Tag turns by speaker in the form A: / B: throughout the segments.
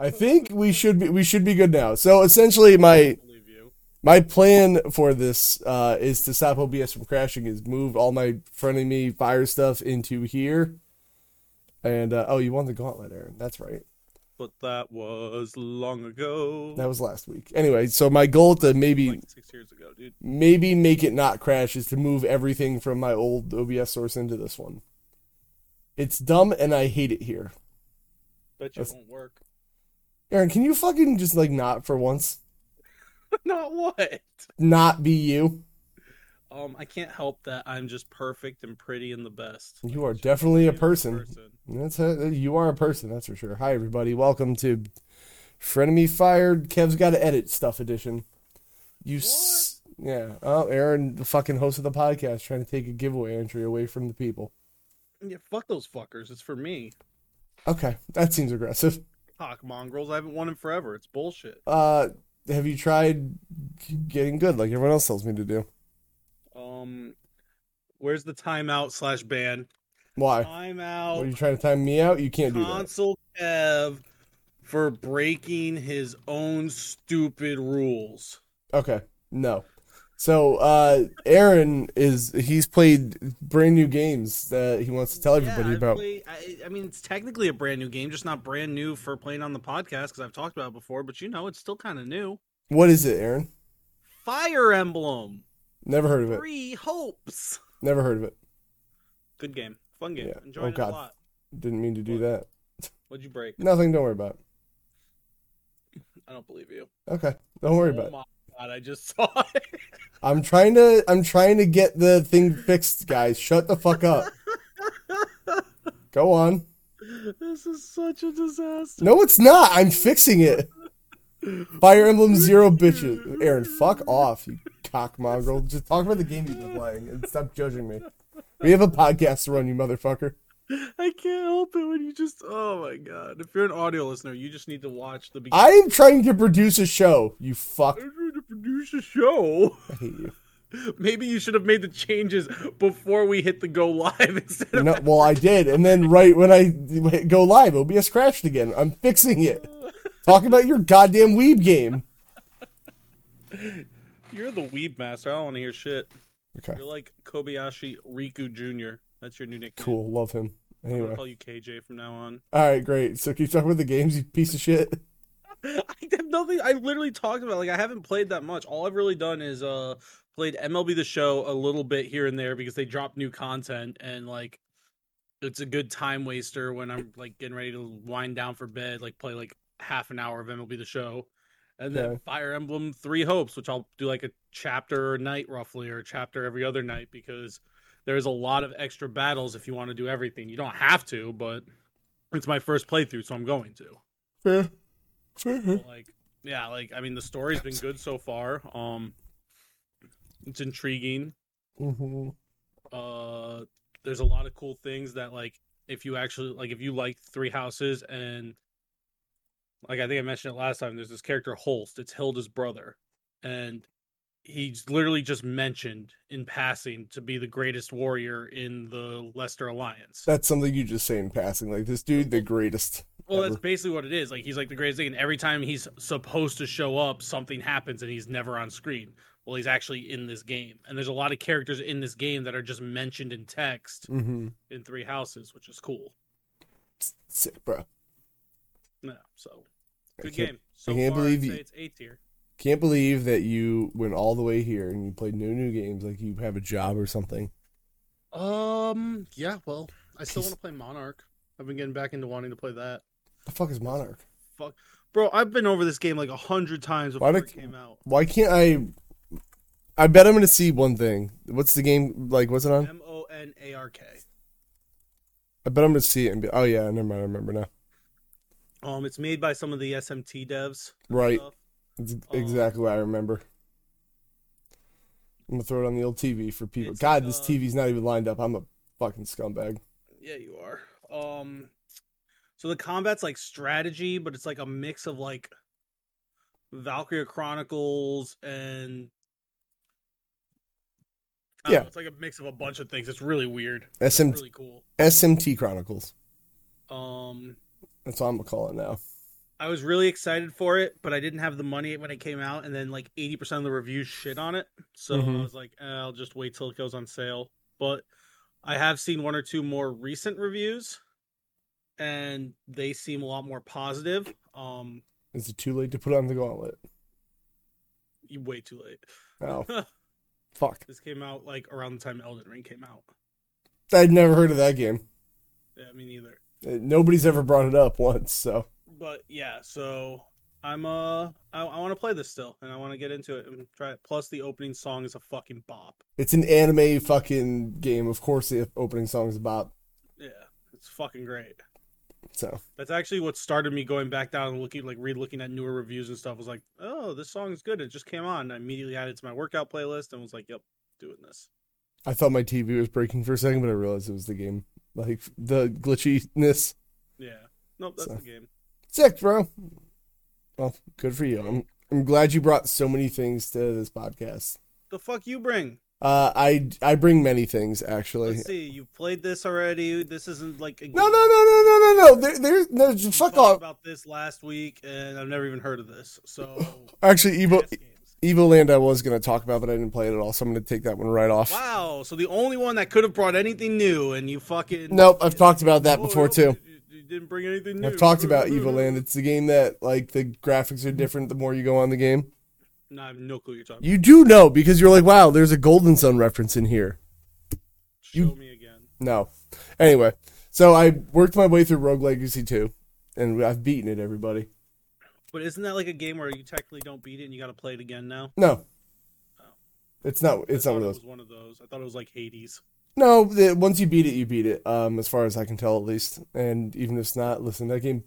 A: I think we should be we should be good now. So essentially, my
B: believe you.
A: my plan for this uh, is to stop OBS from crashing. Is move all my friendly me fire stuff into here. And uh, oh, you won the gauntlet, Aaron. That's right.
B: But that was long ago.
A: That was last week. Anyway, so my goal to maybe
B: like six years ago, dude.
A: maybe make it not crash is to move everything from my old OBS source into this one. It's dumb and I hate it here.
B: Bet you
A: That's-
B: it won't work.
A: Aaron, can you fucking just like not for once
B: Not what?
A: not be you?
B: Um, I can't help that I'm just perfect and pretty and the best.
A: You are definitely a
B: Just
A: person. That's a, uh, you are a person, that's for sure. Hi everybody, welcome to Frenemy Fired Kev's Got to Edit Stuff Edition. You s- yeah. Oh, Aaron, the fucking host of the podcast, trying to take a giveaway entry away from the people.
B: Yeah, fuck those fuckers. It's for me.
A: Okay, that seems aggressive.
B: Cock mongrels. I haven't won in forever. It's bullshit.
A: uh have you tried getting good like everyone else tells me to do
B: Um, where's the timeout slash ban?
A: why
B: Timeout.
A: what, are you trying to time me out you can't do that
B: console Kev for breaking his own stupid rules.
A: okay no so uh aaron is he's played brand new games that he wants to tell everybody
B: I,
A: about
B: play- I, I mean, it's technically a brand new game, just not brand new for playing on the podcast because I've talked about it before. But you know, it's still kind of new.
A: what is it aaron
B: Fire Emblem
A: never heard of it
B: Three Hopes.
A: never heard of it
B: Good game, fun game.
A: Yeah.
B: Enjoyed
A: Oh,
B: it
A: God.
B: a lot.
A: didn't mean to do that
B: What'd you break?
A: nothing don't worry about
B: I don't believe you.
A: it. okay don't worry about
B: oh
A: it
B: my god, I just saw it.
A: i'm trying to i'm trying to get the thing fixed guys shut the fuck up go on
B: this is such a disaster.
A: No, it's not. I'm fixing it. Fire Emblem Zero bitches. Aaron, fuck off, you cock mongrel. Just talk about the game you've been playing and stop judging me. We have a podcast to run, you motherfucker.
B: I can't help it when you just. Oh my god! If you're an audio listener, you just need to watch the beginning.
A: I am trying to produce a show, you fuck.
B: I'm trying to produce a show.
A: I hate you.
B: Maybe you should have made the changes before we hit the go live instead of.
A: No, well, I did, and then right when I go live, OBS crashed again. I'm fixing it. Talk about your goddamn weeb game.
B: You're the weeb master. I don't want to hear shit.
A: Okay,
B: You're like Kobayashi Riku Jr. That's your new nickname.
A: cool. Love him.
B: I'm gonna
A: Anyway,
B: call you KJ from now on.
A: all right, great. So keep talking about the games, you piece of shit.
B: I have nothing. I literally talked about like I haven't played that much. All I've really done is uh played MLB the Show a little bit here and there because they drop new content and like it's a good time waster when I'm like getting ready to wind down for bed. Like play like half an hour of MLB the Show, and then
A: Yeah.
B: Fire Emblem Three Hopes, which I'll do like a chapter a night roughly or a chapter every other night because there's a lot of extra battles if you want to do everything. You don't have to, but it's my first playthrough, so I'm going to
A: Fair. Fair.
B: like yeah like i mean the story's been good so far um it's intriguing
A: hmm
B: uh there's a lot of cool things that like if you actually like if you like three houses and like i think i mentioned it last time there's this character holst it's hilda's brother and he's literally just mentioned in passing to be the greatest warrior in the lester alliance
A: That's something you just say in passing. Like this dude, the greatest.
B: Well, that's
A: ever.
B: basically what it is. Like he's like the greatest thing, and every time he's supposed to show up, something happens, and he's never on screen. Well, he's actually in this game, and there's a lot of characters in this game that are just mentioned in text
A: Mm-hmm.
B: in Three Houses, which is cool.
A: Sick, bro.
B: Yeah, so good
A: can't-
B: game. So
A: I can't
B: far,
A: believe
B: I'd
A: you-
B: say it's A tier.
A: Can't believe that you went all the way here and you played no new games. Like you have a job or something.
B: Um, yeah. Well, I still
A: Peace.
B: want to play Monarch. I've been getting back into wanting to play that.
A: The fuck is Monarch?
B: Bro, I've been over this game like a hundred times
A: Why
B: before it
A: did-
B: came out.
A: Why can't I? I bet I'm gonna see one thing. What's the game like? What's it on?
B: M O N A R K.
A: I bet I'm gonna see it and be. Oh yeah, never mind. I remember now.
B: Um, it's made by some of the SMT devs. and
A: Right.
B: stuff. um,
A: That's exactly what I remember. I'm gonna throw it on the old TV for people.
B: It's,
A: God, this
B: uh,
A: TV's not even lined up. I'm a fucking scumbag.
B: Yeah, you are. Um, so the combat's like strategy, but it's like a mix of like Valkyria Chronicles and I don't
A: Yeah.
B: know, it's like a mix of a bunch of things. It's really weird. It's
A: SM,
B: really cool.
A: SMT Chronicles.
B: Um,
A: That's what I'm gonna call it now.
B: I was really excited for it, but I didn't have the money when it came out, and then like eighty percent of the reviews shit on it. So
A: Mhm.
B: I was like, eh, I'll just wait till it goes on sale. But I have seen one or two more recent reviews, and they seem a lot more positive. Um,
A: Is it too late to put on the gauntlet?
B: you- way too late.
A: Oh, fuck.
B: this came out like around the time Elden Ring came out.
A: I'd never heard of that game.
B: Yeah, me neither.
A: Uh, Nobody's ever brought it up once, so
B: But yeah, so I'm uh, I, I want to play this still, and I want to get into it and try it. Plus, the opening song is a fucking bop.
A: it's an anime fucking game. Of course, the opening song is about.
B: Yeah, it's fucking great.
A: So
B: That's actually what started me going back down and looking, like re-looking at newer reviews and stuff. Was like, oh, this song is good. It just came on. I immediately added it to my workout playlist and was like, yep, doing this.
A: I thought my TV was breaking for a second, but I realized it was the game. Like the glitchiness.
B: Yeah, nope, that's
A: So-
B: the game.
A: Sick, bro. Well, good for you. I'm I'm glad you brought so many things to this podcast.
B: The fuck you bring?
A: Uh, I I bring many things actually.
B: Let's see. You've played this already. This isn't like a
A: No, no, no, no, no, no, no. There, there's no.
B: We
A: Fuck
B: talked
A: off.
B: about this last week, and I've never even heard of this. So,
A: Actually, Evo
B: ass games.
A: Evo Land, I was gonna talk about, but I didn't play it at all, so I'm gonna take that one right off.
B: wow. So the only one that could have brought anything new, and you fucking
A: Nope, I've talked about that
B: Oh,
A: before
B: nope,
A: too.
B: You, you didn't bring anything new.
A: I've talked about Evo Land. It's the game that like the graphics are different the more you go on the game.
B: No, I have no clue what you're talking.
A: You do know because you're like, wow, there's a Golden Sun reference in here.
B: about.
A: you-
B: Show me again.
A: No. Anyway, so I worked my way through Rogue Legacy 2, and I've beaten it, everybody.
B: But isn't that like a game where you technically don't beat it and you got to play it again now?
A: No.
B: Oh.
A: It's not. It's
B: I
A: not
B: thought
A: one of
B: it
A: those.
B: was one of those. I thought it was like Hades.
A: No, the, once you beat it, you beat it. Um, as far as I can tell, at least. And even if it's not, listen, that game,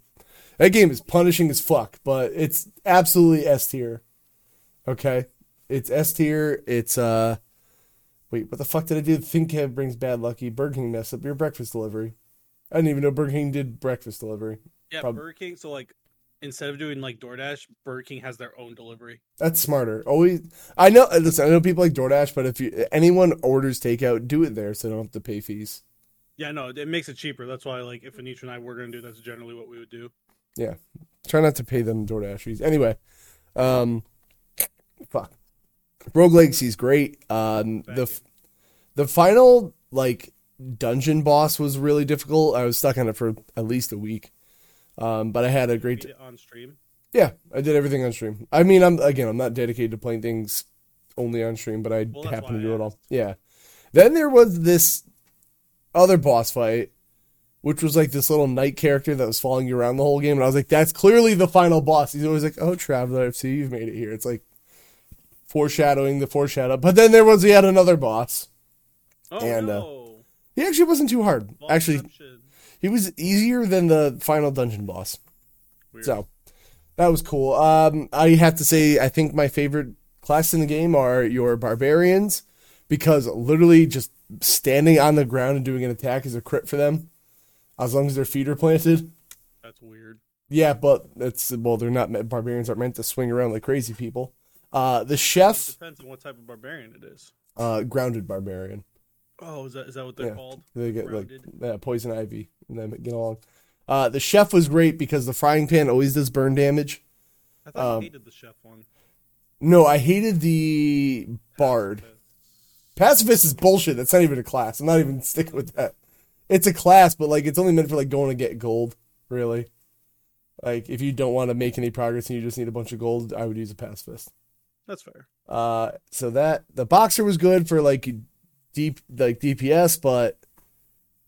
A: that game is punishing as fuck. But it's absolutely S tier. Okay, it's S tier. It's uh, wait, what the fuck did I do? Think Cab brings bad lucky. Burger King messed up your breakfast delivery. I didn't even know Burger King did breakfast delivery.
B: Yeah,
A: Prob-
B: Burger King. So like, instead of doing like DoorDash, Burger King has their own delivery.
A: That's smarter. Always, I know. Listen, I know people like DoorDash, but if you, anyone orders takeout, do it there so they don't have to pay fees.
B: Yeah, no, it makes it cheaper. That's why like if Anitra and I were gonna do, that's generally what we would do.
A: Try not to pay them DoorDash fees. Anyway, um, fuck. Rogue Legacy's great. Um,
B: Thank
A: the
B: you.
A: f- the final like dungeon boss was really difficult. I was stuck on it for at least a week, um, but I had a great.
B: Beat it on stream.
A: yeah, I did everything on stream. I mean, I'm again, I'm not dedicated to playing things only on stream, but I
B: Well, that's
A: happen to
B: why
A: do
B: I
A: it all.
B: asked.
A: Yeah. Then there was this other boss fight, which was like this little knight character that was following you around the whole game, and I was like, "That's clearly the final boss." He's always like, "Oh, traveler, I see you've made it here." It's like foreshadowing the foreshadow. But then there was yet another boss.
B: Oh
A: And, uh,
B: no!
A: He actually wasn't too hard. Actually,
B: Volception.
A: he was easier than the final dungeon boss.
B: Weird.
A: So that was cool. Um, I have to say, I think my favorite class in the game are your barbarians because literally just standing on the ground and doing an attack is a crit for them as long as their feet are planted.
B: that's weird.
A: Yeah, but that's well, they're not meant, barbarians aren't meant to swing around like crazy people. Uh, the
B: It
A: chef,
B: depends on what type of barbarian it is.
A: uh, grounded barbarian.
B: Oh, is that is that what they're
A: Yeah.
B: called?
A: They get like
B: Grounded.
A: yeah, poison ivy and then get along. Uh, the chef was great because the frying pan always does burn damage.
B: I thought
A: Um,
B: you hated the chef one.
A: No, I hated the bard. Pacifist is bullshit. That's not even a class. I'm not even sticking with that. It's a class, but like it's only meant for like going to get gold, really. Like if you don't want to make any progress and you just need a bunch of gold, I would use a pacifist.
B: That's fair.
A: Uh, so that the boxer was good for like deep like DPS, but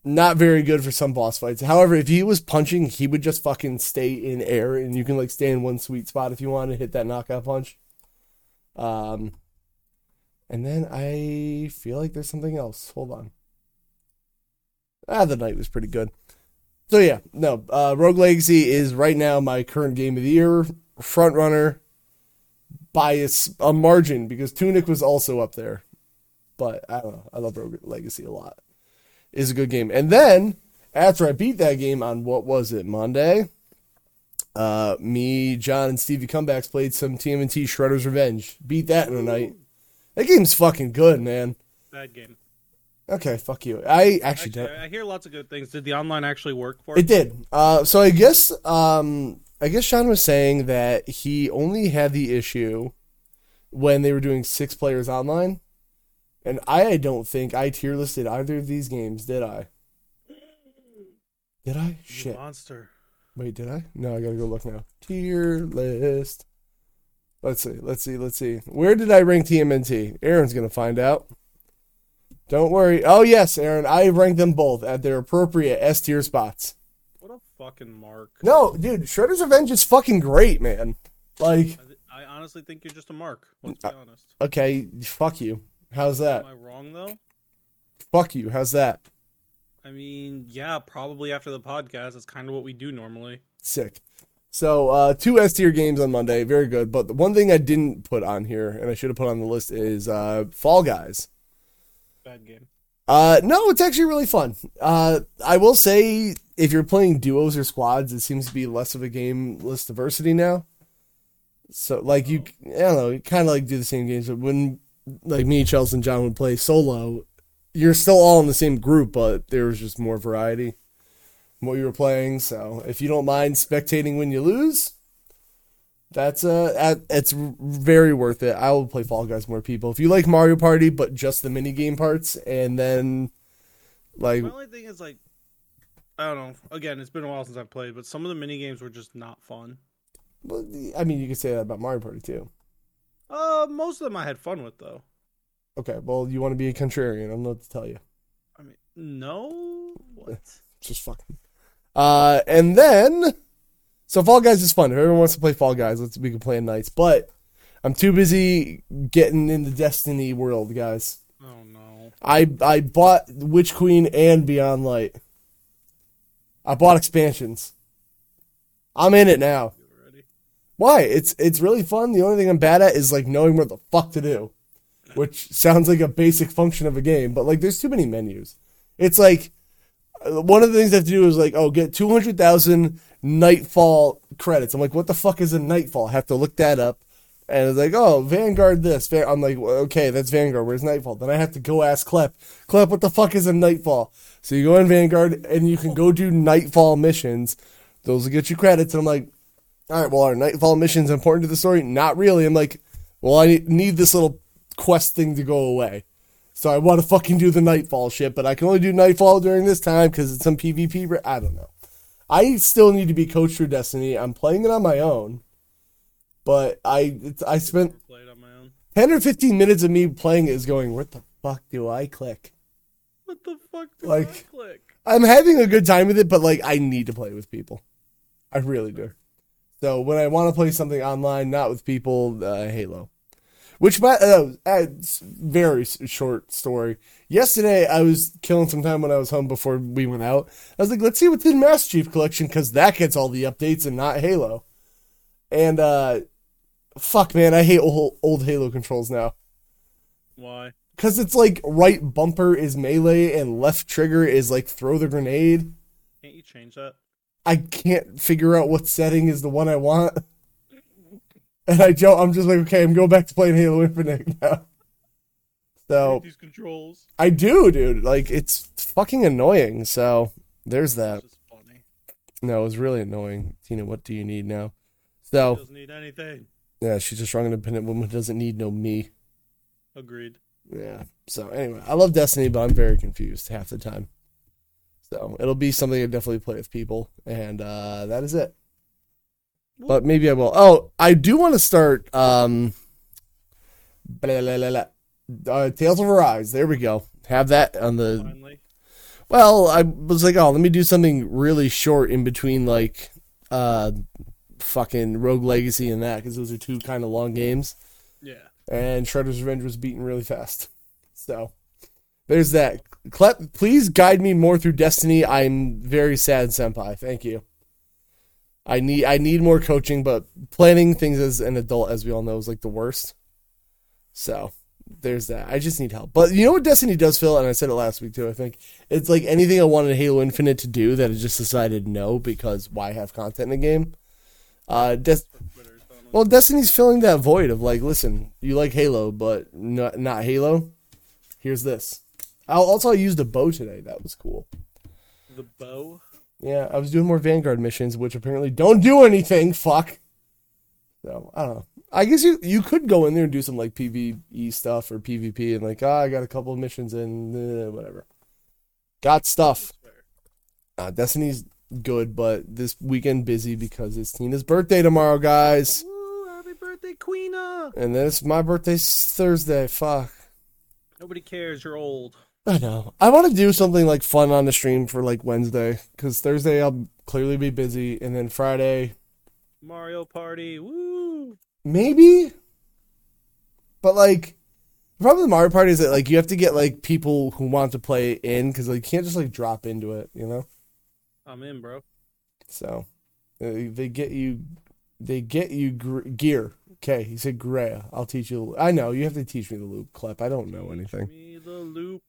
A: not very good for some boss fights. However, if he was punching, he would just fucking stay in air, and you can like stay in one sweet spot if you want to hit that knockout punch. Um, and then I feel like there's something else. Hold on. Ah, the night was pretty good. So yeah, no, uh, Rogue Legacy is right now my current game of the year, front runner by a, s- a margin because Tunic was also up there. But I don't know. I love Rogue Legacy a lot. It's a good game. And then after I beat that game on what was it Monday, uh, me, John, and Stevie comebacks played some TMNT Shredder's Revenge. Beat that in a night. That game's fucking good, man.
B: Bad game.
A: Okay, fuck you. I actually
B: Actually,
A: don't.
B: I I hear lots of good things. Did the online actually work for
A: It
B: it?
A: did. Uh, so I guess um, I guess Sean was saying that he only had the issue when they were doing six players online. And I don't think I tier listed either of these games, did I? Did I?
B: You
A: Shit.
B: monster.
A: Wait, did I? No, I gotta go look now. Tier list. Let's see, let's see, let's see. Where did I rank TMNT? Aaron's gonna find out. Don't worry. Oh yes, Aaron, I ranked them both at their appropriate S tier spots.
B: What a fucking mark.
A: No, dude, Shredder's Revenge is fucking great, man. Like,
B: I, th- I honestly think you're just a mark. Let's
A: Uh,
B: be honest.
A: okay, fuck you. How's that?
B: Am I wrong though?
A: Fuck you. How's that?
B: I mean, yeah, probably after the podcast. That's kind of what we do normally.
A: Sick. So, uh, two S tier games on Monday. Very good. But the one thing I didn't put on here, and I should have put on the list, is uh, Fall Guys.
B: Bad game.
A: Uh, no, it's actually really fun. Uh, I will say if you're playing duos or squads, it seems to be less of a game less diversity now. So like you, I don't know, you kind of like do the same games, but when like me, Chelsea, and John would play solo, you're still all in the same group, but there was just more variety in what you were playing. So if you don't mind spectating when you lose, that's uh, at- it's very worth it. I will play Fall Guys with more people. If you like Mario Party, but just the mini game parts, and then like
B: My only thing is like, I don't know. Again, it's been a while since I've played, but some of the mini games were just not fun.
A: Well, the- I mean, you could say that about Mario Party too.
B: Uh, most of them I had fun with though.
A: Okay, well, you want to be a contrarian. I don't know what to tell you.
B: I mean, no, what?
A: Just fucking. Uh, and then, so Fall Guys is fun. If everyone wants to play Fall Guys, let's we can play at nights. But I'm too busy getting in the Destiny world, guys.
B: Oh no.
A: I I bought Witch Queen and Beyond Light. I bought expansions. I'm in it now.
B: You ready?
A: Why? It's it's really fun. The only thing I'm bad at is like knowing what the fuck to do, which sounds like a basic function of a game, but like there's too many menus. It's like uh, one of the things I have to do is like, oh, get 200,000 Nightfall credits. I'm like, what the fuck is a Nightfall? I have to look that up. And it's like, oh, Vanguard this. Van- I'm like, well, okay, that's Vanguard. Where's Nightfall? Then I have to go ask Clep, Clep, what the fuck is a Nightfall? So you go in Vanguard and you can go do Nightfall missions. Those will get you credits. And I'm like, all right, well, are Nightfall missions important to the story? Not really. I'm like, well, I need this little quest thing to go away. So I want to fucking do the Nightfall shit, but I can only do Nightfall during this time because it's some PvP. Re- I don't know. I still need to be coached through Destiny. I'm playing it on my own, but I it's, I spent
B: Never played on my own.
A: 10 or 15 minutes of me playing it is going, what the fuck do I click?
B: What the fuck do I
A: Like-
B: click?
A: I'm having a good time with it, but like I need to play with people. I really do. So when I want to play something online, not with people, uh, Halo. Which by uh, uh, it's very s- short story. Yesterday I was killing some time when I was home before we went out. I was like, let's see what's in Master Chief Collection because that gets all the updates and not Halo. And uh, fuck, man, I hate old, old Halo controls now.
B: Why?
A: Cause it's like right bumper is melee and left trigger is like throw the grenade.
B: Can't you change that?
A: I can't figure out what setting is the one I want. And I don't, I'm just like, okay, I'm going back to playing Halo Infinite now. So Oh.
B: Hate These controls.
A: I do, dude. Like it's fucking annoying. So there's that.
B: It's just funny.
A: No, it was really annoying. Tina, what do you need now? So
B: Doesn't need anything.
A: yeah, she's a strong, independent woman who doesn't need no me.
B: Agreed.
A: Yeah. So anyway, I love Destiny, but I'm very confused half the time. So it'll be something I definitely play with people, and uh, that is it. But maybe I will. Oh, I do want to start. Um, blah, blah, blah, blah. Uh, Tales of Arise. There we go. Have that on the.
B: Finally.
A: Well, I was like, oh, let me do something really short in between, like, uh, fucking Rogue Legacy and that, because those are two kind of long games
B: Yeah.
A: and Shredder's Revenge was beaten really fast. So there's that. Clep, please guide me more through Destiny. I'm very sad, Senpai. Thank you. I need I need more coaching, but planning things as an adult, as we all know, is like the worst. So there's that. I just need help. But you know what Destiny does, Phil, and I said it last week too, I think. It's like anything I wanted Halo Infinite to do that I just decided no because why have content in a game? Uh Des-
B: Twitter. so I don't know.
A: well, Destiny's filling that void of like, listen, you like Halo, but not, not Halo. Here's this. I also I used a bow today. That was cool.
B: The bow.
A: Yeah, I was doing more Vanguard missions, which apparently don't do anything. Fuck. So I don't know. I guess you you could go in there and do some like PVE stuff or PvP and like ah, I got a couple of missions and uh, whatever. Got stuff. Uh, Destiny's good, but this weekend busy because it's Tina's birthday tomorrow, guys,
B: Ooh, happy birthday, Queena!
A: and then it's my birthday s- Thursday. Fuck.
B: Nobody cares. You're old.
A: I know. I want to do something like fun on the stream for like Wednesday because Thursday I'll clearly be busy, and then Friday
B: Mario Party. Woo!
A: maybe. But like, the problem with Mario Party is that like you have to get like people who want to play in because like you can't just like drop into it, you know.
B: I'm in, bro.
A: So uh, they get you, they get you gr- gear. Okay, he said Grea. I'll teach you. I know you have to teach me the loop clip. I don't know anything.
B: Me the loop.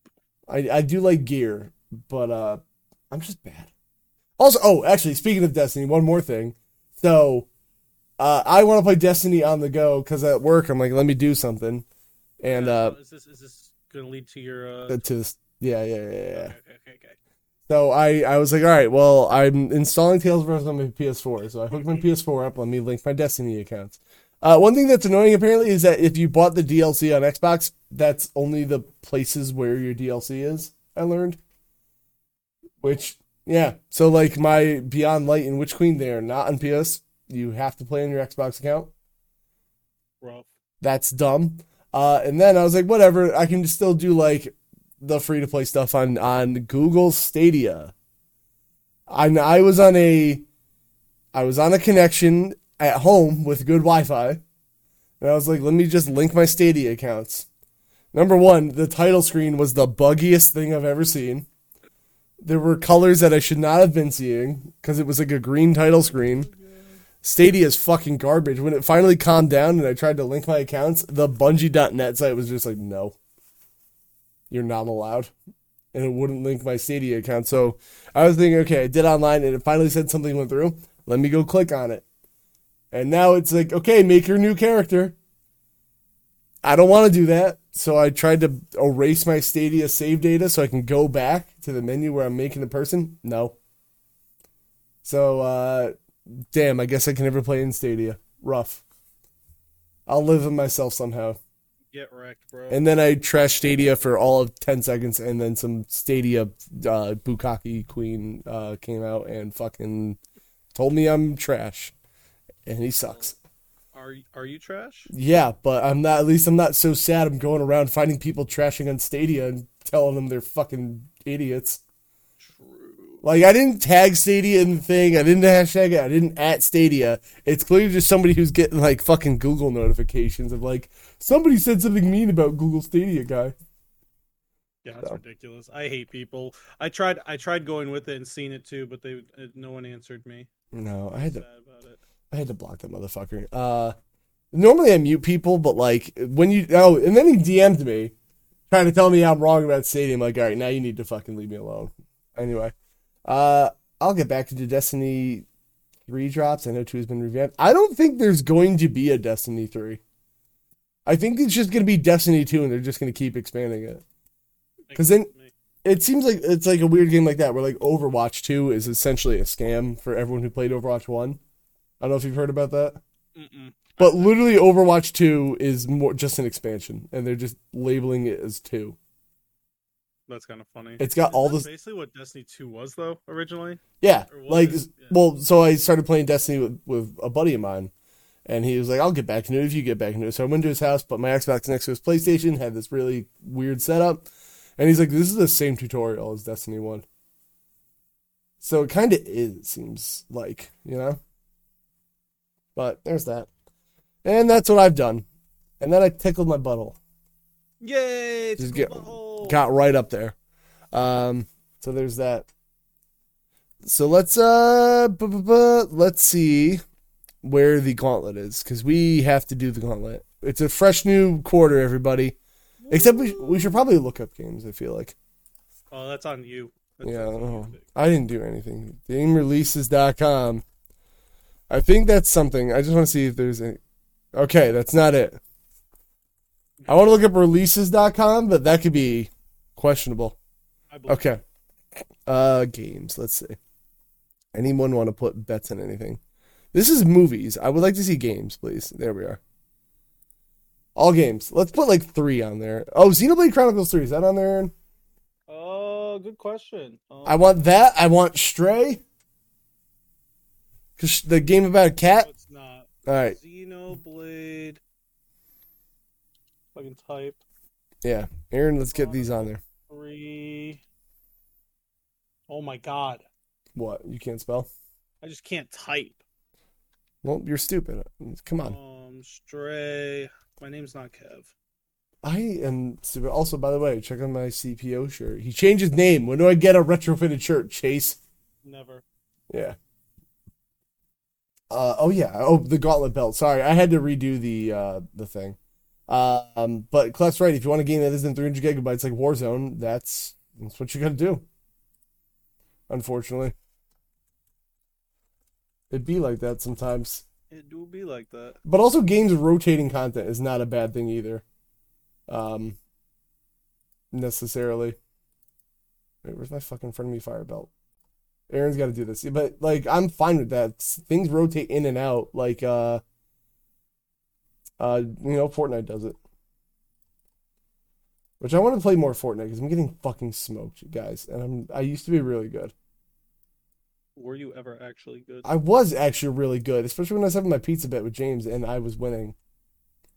A: I I do like gear, but uh I'm just bad. Also, oh, actually, speaking of Destiny, one more thing. So, uh, I want to play Destiny on the go because at work I'm like, let me do something, and
B: Yeah,
A: uh,
B: so is this is this gonna lead to your? Uh...
A: to this, yeah, yeah, yeah, yeah.
B: Okay, okay, okay.
A: So I I was like, all right, well, I'm installing Tales of Arise on my PS4, so I hooked my PS4 up. Let me link my Destiny accounts. Uh, one thing that's annoying apparently is that if you bought the DLC on Xbox, that's only the places where your DLC is. I learned. Which, yeah. So, like, my Beyond Light and Witch Queen, they are not on PS. You have to play on your Xbox account.
B: Rough.
A: That's dumb. Uh, and then I was like, whatever. I can still do, like, the free to play stuff on, on Google Stadia. I, I was on a. I was on a connection at home with good Wi Fi. And I was like, let me just link my Stadia accounts. Number one, the title screen was the buggiest thing I've ever seen. There were colors that I should not have been seeing because it was like a green title screen. Stadia is fucking garbage. When it finally calmed down and I tried to link my accounts, the Bungie.net site was just like, no, you're not allowed. And it wouldn't link my Stadia account. So I was thinking, okay, I did online and it finally said something went through. Let me go click on it. And now it's like, okay, make your new character. I don't want to do that. So I tried to erase my Stadia save data so I can go back to the menu where I'm making the person. No. So, uh, damn, I guess I can never play in Stadia. Rough. I'll live with myself somehow.
B: Get wrecked, bro.
A: And then I trash Stadia for all of 10 seconds, and then some Stadia uh, Bukaki Queen uh, came out and fucking told me I'm trash. And he sucks.
B: Are are you trash?
A: Yeah, but I'm not, at least I'm not so sad I'm going around finding people trashing on Stadia and telling them they're fucking idiots.
B: True.
A: Like I didn't tag Stadia in the thing. I didn't hashtag it. I didn't at Stadia. It's clearly just somebody who's getting like fucking Google notifications of like somebody said something mean about Google Stadia guy.
B: Yeah, that's
A: So.
B: ridiculous. I hate people. I tried I tried going with it and seeing it too, but they uh, no one answered me.
A: No, I had to
B: Sad about it.
A: I had to block that motherfucker. Uh, normally I mute people, but like when you oh, and then he DM'd me trying to tell me I'm wrong about Stadium. Like, all right, now you need to fucking leave me alone. Anyway, uh, I'll get back to the Destiny three drops. I know two has been revamped. I don't think there's going to be a Destiny three. I think it's just going to be Destiny two, and they're just going to keep expanding it. 'Cause then- It seems like it's like a weird game like that, where like Overwatch two is essentially a scam for everyone who played Overwatch one. I don't know if you've heard about that.
B: Mm-mm.
A: But literally, Overwatch 2 is more just an expansion, and they're just labeling it as 2.
B: that's kind of funny.
A: It's got all
B: Isn't that
A: this.
B: basically what Destiny Two was though originally.
A: Yeah.
B: or was
A: Like,
B: it? Yeah.
A: well, so I started playing Destiny with, with a buddy of mine, and he was like, I'll get back into it if you get back into it. So I went to his house, but my Xbox next to his PlayStation had this really weird setup, and he's like, This is the same tutorial as Destiny 1. So it kind of is, it seems like, you know? But there's that. And that's what I've done. And then I tickled my butthole.
B: Yay!
A: Just
B: tickle
A: get-
B: butthole.
A: got right up there. Um, so there's that. So let's uh, bu- bu- bu- let's see where the gauntlet is because we have to do the gauntlet. It's a fresh new quarter, everybody. Except we, we should probably look up games. I feel like
B: Oh, that's on you. That's,
A: yeah, I,
B: that's
A: don't
B: on you.
A: know. I didn't do anything. Gamereleases.com. I think that's something. I just want to see if there's any. Okay, that's not it. I want to look up releases.com, but that could be questionable.
B: I believe.
A: Okay. Uh, games. Let's see. anyone want to put bets on anything? This is movies. I would like to see games, please. There we are. All games. Let's put like three on there. Oh, Xenoblade Chronicles 3. Is that on there, Aaron?
B: Oh, good question. Um,
A: I want that. I want Stray. Cause the game about a
B: no,
A: cat.
B: it's not.
A: All right.
B: Xenoblade. If I can type
A: Yeah. Aaron, let's get these on there.
B: three. Oh my god,
A: What? You can't spell?
B: I just can't type.
A: Well, you're stupid. Come on.
B: Um, stray. My name's not Kev.
A: I am stupid. Also, by the way, check out my CPO shirt. He changed his name. When do I get a retrofitted shirt, Chase?
B: Never.
A: Yeah. Uh, oh yeah. Oh, the gauntlet belt. Sorry, I had to redo the uh, the thing. Um, but Clef's right. If you want a game that isn't 300 gigabytes like Warzone, that's that's what you got to do. Unfortunately, it'd be like that sometimes.
B: It do be like that.
A: But also, games rotating content is not a bad thing either. Um, necessarily. Wait, where's my fucking front of me fire belt? Aaron's got to do this, but like I'm fine with that. S- Things rotate in and out, like uh, uh, you know, Fortnite does it. Which I want to play more Fortnite because I'm getting fucking smoked, guys, and I'm I used to be really good.
B: Were you ever actually good?
A: I was actually really good, especially when I was having my pizza bet with James and I was winning.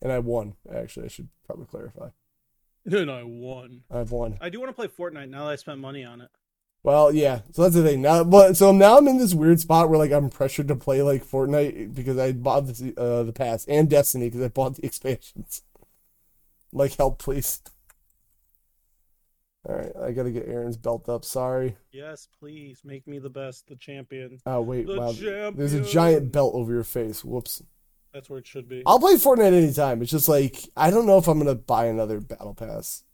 A: And I won, actually. I should probably clarify.
B: No, no, I won.
A: I've won.
B: I do want to play Fortnite now that I spent money on it.
A: Well, yeah. So that's the thing. Now, but so now I'm in this weird spot where like I'm pressured to play like Fortnite because I bought the uh, the pass and Destiny because I bought the expansions. Like help, please. All right, I gotta get Aaron's belt up. Sorry.
B: Yes, please make me the best, the champion.
A: Oh wait,
B: The
A: wow. There's a
B: champion.
A: giant belt over your face. Whoops.
B: That's where it should be.
A: I'll play Fortnite anytime. It's just like I don't know if I'm gonna buy another battle pass.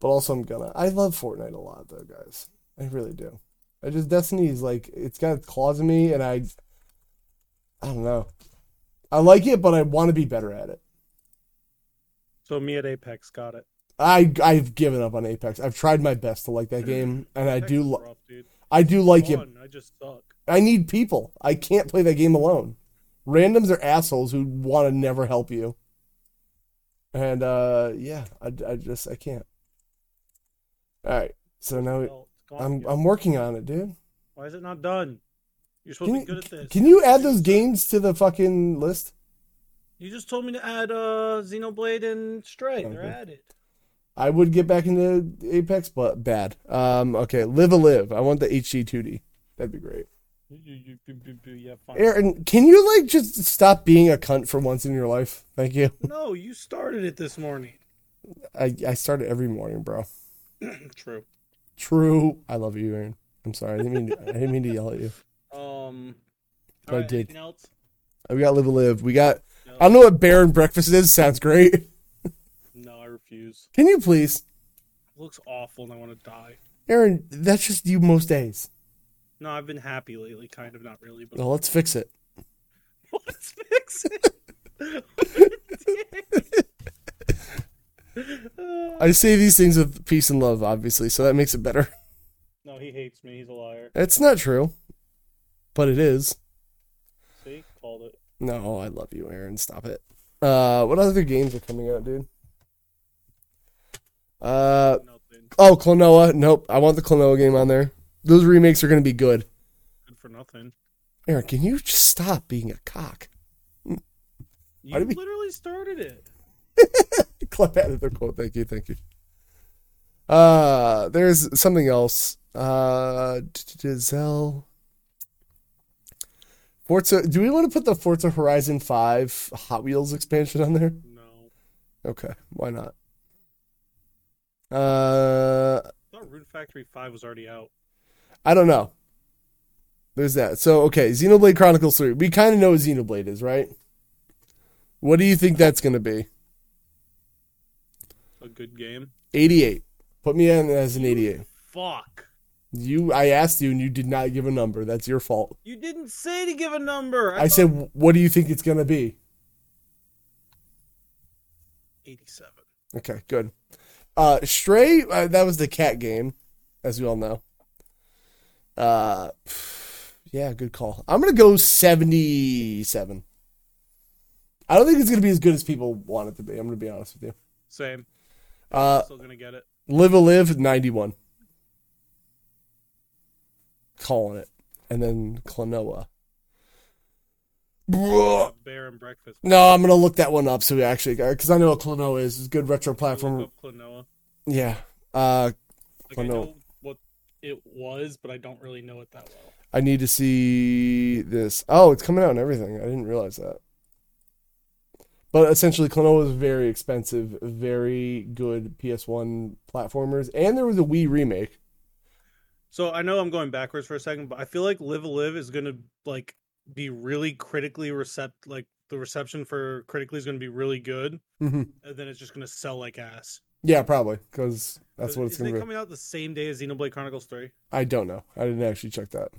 A: But also I'm gonna. I love Fortnite a lot though, guys. I really do. I just Destiny is like it's got its claws in me and I I don't know. I like it, but I wanna be better at it.
B: So me at Apex got it.
A: I I've given up on Apex. I've tried my best to like that game and I
B: Apex
A: do
B: is
A: li-
B: rough, dude.
A: I do like it.
B: One, I just suck.
A: I need people. I can't play that game alone. Randoms are assholes who want to never help you. And uh yeah, I, I just I can't. All right. So now we-
B: Well, it's gone
A: I'm
B: again.
A: I'm working on it, dude.
B: Why is it not done? You're supposed
A: Can
B: to be
A: you,
B: good at this.
A: can you add those games to the fucking list?
B: You just told me to add uh Xenoblade and Stray. They're
A: Okay.
B: added.
A: I would get back into Apex, but bad. Um okay, Live a Live. I want the HD 2D. That'd be great.
B: You- you- you- you- you- Yeah, fine.
A: Aaron, can you like just stop being a cunt for once in your life? Thank you.
B: No, you started it this morning.
A: I I start it every morning, bro.
B: True.
A: True. I love you, Aaron. I'm sorry. I didn't mean to, I didn't mean to yell at you.
B: Um.
A: I
B: alright,
A: did.
B: anything else?
A: We got live and live. We got.
B: No,
A: I don't know what Baron breakfast is. Sounds great.
B: no, I refuse.
A: Can you please,
B: It looks awful, and I want to die.
A: Aaron? That's just you most days.
B: No, I've been happy lately, kind of, not really, but
A: Well, let's fix it.
B: let's fix it.
A: I say these things with peace and love, obviously, so that makes it better.
B: no, he hates me. He's a liar.
A: It's not true, but it is.
B: See, called it.
A: No, I love you, Aaron. Stop it. Uh, what other games are coming out, dude? Uh,
B: nothing.
A: oh, Klonoa. Nope. I want the Klonoa game on there. Those remakes are gonna be good.
B: Good for nothing.
A: Aaron, can you just stop being a cock?
B: You
A: Why do we-
B: literally started it.
A: Clap out of the quote. Thank you, thank you. Uh there's something else. Uh Giselle. Forza do we want to put the Forza Horizon 5 Hot Wheels expansion on there?
B: No.
A: Okay, why not? Uh
B: I thought Rune Factory 5 was already out.
A: I don't know. There's that. So okay, Xenoblade Chronicles 3. We kind of know what Xenoblade is, right? What do you think that's gonna be?
B: A good game.
A: 88. Put me in as an 88.
B: Fuck.
A: You, I asked you, and you did not give a number. That's your fault.
B: You didn't say to give a number.
A: I, said, "W- "What do you think it's gonna be?"
B: 87.
A: Okay, good. Uh, Stray, uh, that was the cat game, as we all know. Uh, yeah, good call. I'm gonna go 77. I don't think it's gonna be as good as people want it to be. I'm gonna be honest with you.
B: Same.
A: Uh,
B: Still gonna get it.
A: live a live 91. Calling it, and then Klonoa. Bruh.
B: Bear and breakfast.
A: No, I'm gonna look that one up so we actually because I know what Klonoa is. It's a good retro
B: Look
A: platform.
B: up Klonoa.
A: Yeah. Uh,
B: Like, I
A: Klonoa.
B: know what it was, but I don't really know it that well.
A: I need to see this. Oh, it's coming out and everything. I didn't realize that. But essentially, Klonoa was very expensive, very good PS1 platformers, and there was a Wii remake.
B: So I know I'm going backwards for a second, but I feel like Live a Live is gonna like be really critically recept like the reception for critically is gonna be really good,
A: Mm-hmm.
B: and then it's just gonna sell like ass. Uh,
A: Yeah, probably because that's what it's
B: Isn't
A: gonna
B: it
A: be.
B: coming out the same day as Xenoblade Chronicles Three.
A: I don't know. I didn't actually check that.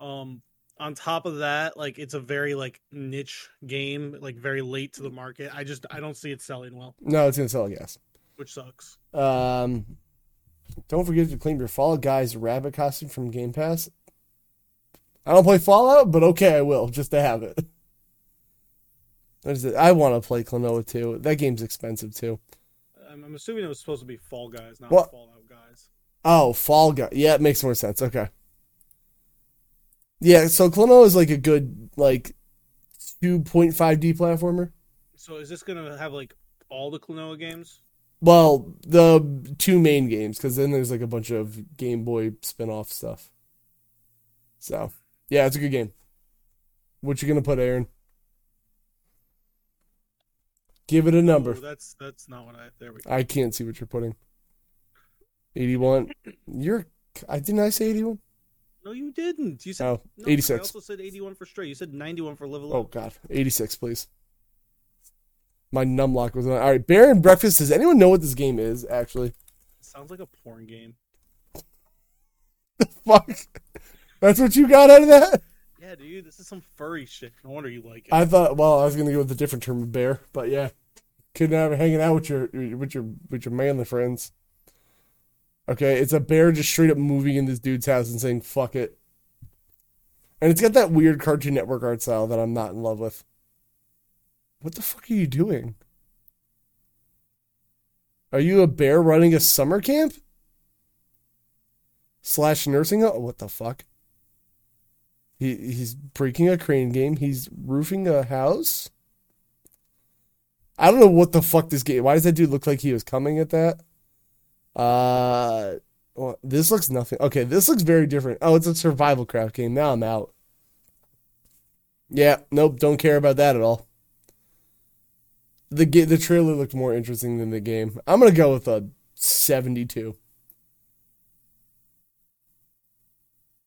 B: Um, on top of that, like it's a very like niche game, like very late to the market. I just I don't see it selling well,
A: No, it's gonna sell like ass.
B: which sucks.
A: Um, don't forget to claim your Fall Guys rabbit costume from Game Pass. I don't play Fallout, but okay, I will just to have it. What is it? I want to play Klonoa too. That game's expensive too.
B: I'm, I'm assuming it was supposed to be Fall Guys, not
A: What?
B: Fallout Guys.
A: Oh, Fall Guy. Yeah, it makes more sense. Okay. Yeah, so Klonoa is like a good like 2.5D platformer.
B: So is this gonna have like all the Klonoa games?
A: Well, the two main games, because then there's like a bunch of Game Boy spin-off stuff. So, yeah, it's a good game. What you gonna put, Aaron? Give it a number.
B: Ooh, that's that's not what I. There we go.
A: I can't see what you're putting. 81. You're. I didn't I say 81?
B: No, you didn't. You said
A: Oh,
B: no, I
A: 86.
B: also said 81 for straight. You said 91 for level
A: Oh
B: up.
A: God, 86, please. My numlock was on. All right, Bear and Breakfast. Does anyone know what this game is? Actually,
B: Sounds like a porn game.
A: fuck. That's what you got out of that.
B: Yeah, dude, this is some furry shit. No wonder you like it.
A: I thought. Well, I was gonna go with a different term of bear, but yeah, couldn't have hanging out with your with your with your manly friends. Okay, it's a bear just straight up moving in this dude's house and saying "fuck it," and it's got that weird Cartoon Network art style that I'm not in love with. What the fuck are you doing? Are you a bear running a summer camp? Slash nursing? Oh, what the fuck? He he's breaking a crane game. He's roofing a house. I don't know what the fuck this game. Why does that dude look like he was coming at that? Uh, well, this looks nothing. Okay, this looks very different. Oh, it's a survival craft game. Now I'm out. Yeah, nope, don't care about that at all. The ga- the trailer looked more interesting than the game. I'm gonna go with a 72.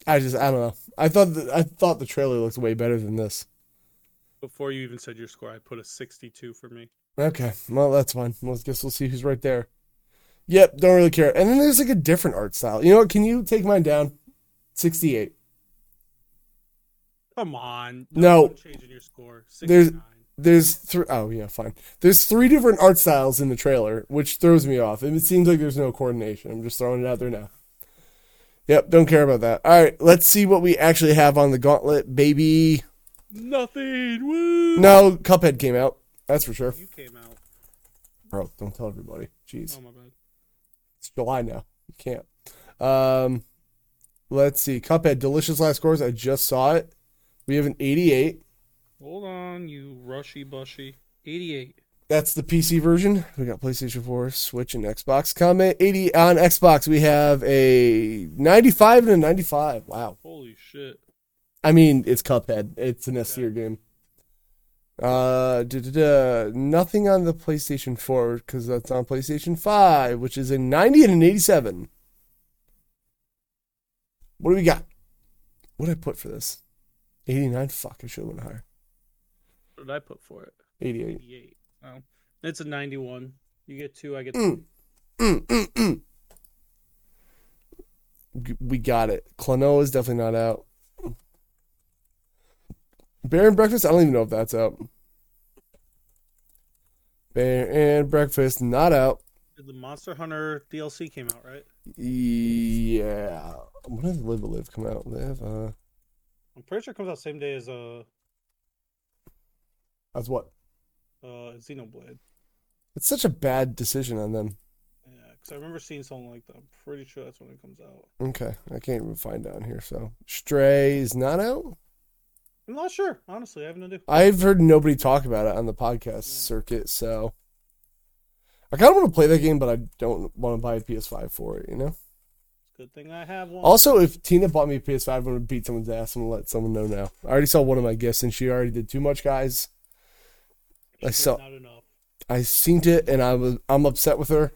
A: I just I don't know. I thought the, I thought the trailer looked way better than this.
B: Before you even said your score, I put a 62 for me.
A: Okay, well that's fine. Well, I guess we'll see who's right there. Yep, don't really care. And then there's like a different art style. You know what? Can you take mine down? 68.
B: Come on.
A: No.
B: I'm changing your score.
A: There's-
B: 69.
A: There's three oh yeah, fine. There's three different art styles in the trailer, which throws me off. And it seems like there's no coordination. I'm just throwing it out there now. Yep, don't care about that. All right, let's see what we actually have on the gauntlet, baby.
B: Nothing. Woo!
A: No, Cuphead came out. That's for sure.
B: You came out.
A: Bro, don't tell everybody. Jeez.
B: Oh, my bad.
A: It's July now. You can't. Um, let's see. Cuphead, delicious last scores. I just saw it. We have an 88.
B: Hold on, you rushy bushy. 88.
A: That's the PC version. We got PlayStation 4, Switch, and Xbox. Comment 80 on Xbox. We have a 95 and a 95. Wow.
B: Holy shit.
A: I mean, it's Cuphead. It's an S
B: Yeah.
A: tier game. Uh, duh, duh, duh. nothing on the PlayStation 4 because that's on PlayStation 5, which is a 90 and an 87. What do we got? What did I put for this? 89? Fuck, I should have went higher.
B: What did I put for it?
A: 88.
B: 88. Oh. It's a 91. You get two, I get
A: Mm. Mm, mm, mm. G- We got it. Klonoa is definitely not out. Bear and Breakfast, I don't even know if that's out. Bear and Breakfast, not out.
B: The Monster Hunter DLC came out, right?
A: Yeah. When did Live a Live come out? They have uh,
B: I'm pretty sure it comes out same day as uh
A: that's what.
B: uh Xenoblade.
A: It's such a bad decision on them.
B: Yeah, because I remember seeing something like that. I'm pretty sure that's when it comes out.
A: Okay, I can't even find down here. So Stray is not out.
B: I'm not sure, honestly. I have no idea.
A: I've heard nobody talk about it on the podcast circuit, so I kind of want to play that game, but I don't want to buy a PS5 for it. You know.
B: Good thing I have one.
A: Also, if Tina bought me a PS5, I'm gonna beat someone's ass. I'm gonna let someone know now. I already saw one of my gifts, and she already did too much, guys. I
B: It's
A: saw-
B: Not enough.
A: I synced it, and I was I'm upset with her.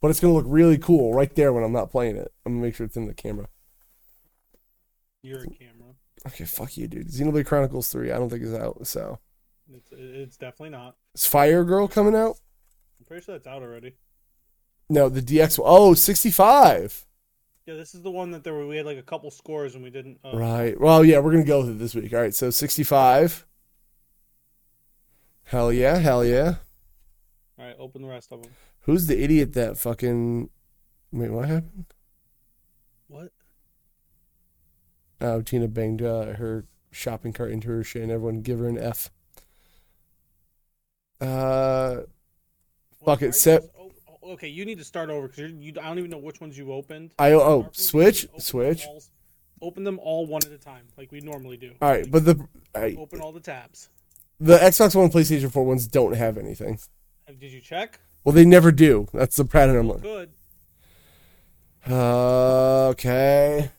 A: But it's gonna look really cool right there when I'm not playing it. I'm gonna make sure it's in the camera.
B: You're a camera.
A: Okay, fuck you, dude. Xenoblade Chronicles Three, I don't think is out. So
B: It's, it- it's definitely not.
A: is Fire Girl coming out?
B: I'm pretty sure that's out already.
A: No, the DX. Oh, 65.
B: Yeah, this is the one that there were, we had like a couple scores and we didn't. Uh,
A: Right. Well, yeah, we're gonna go with it this week. All right, so 65. Hell yeah, hell yeah.
B: All right, open the rest of them.
A: Who's the idiot that fucking? Wait, what happened?
B: What?
A: Oh, Tina banged uh, her shopping cart into her shit, and everyone give her an F. Uh,
B: Well,
A: Fuck it,
B: why are you
A: set-
B: just op- oh, okay, you need to start over because you, I don't even know which ones you opened.
A: I oh
B: Start from the
A: switch
B: beginning, open them
A: switch.
B: all- open them all one at a time, like we normally do.
A: All right,
B: Like,
A: but the all right,
B: open all the tabs.
A: the Xbox One, PlayStation Four ones don't have anything.
B: Uh, Did you check?
A: Well, they never do. That's the pattern.
B: Good.
A: I'm uh, okay.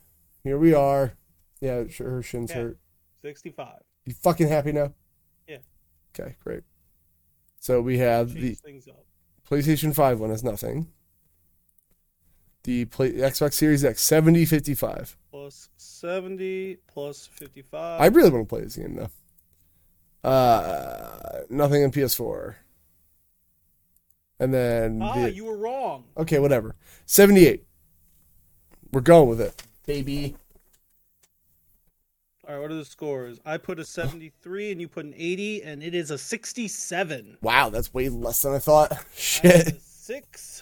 A: Here we are. Yeah, sure, her shins
B: Yeah.
A: hurt.
B: Sixty-five.
A: You fucking happy now?
B: Yeah.
A: Okay, great. So we have
B: Change
A: the
B: things up.
A: PlayStation 5 one has nothing. The play, Xbox Series X 7055.
B: Plus seventy. Plus fifty-five.
A: I really want to play this game though. Uh, nothing on PS4. And then
B: ah,
A: the-
B: you were wrong.
A: okay, whatever. 78. We're going with it, baby.
B: All right, what are the scores? I put a seventy-three, and you put an eighty, and it is a sixty-seven.
A: Wow, that's way less than I thought.
B: I had
A: Shit,
B: a six.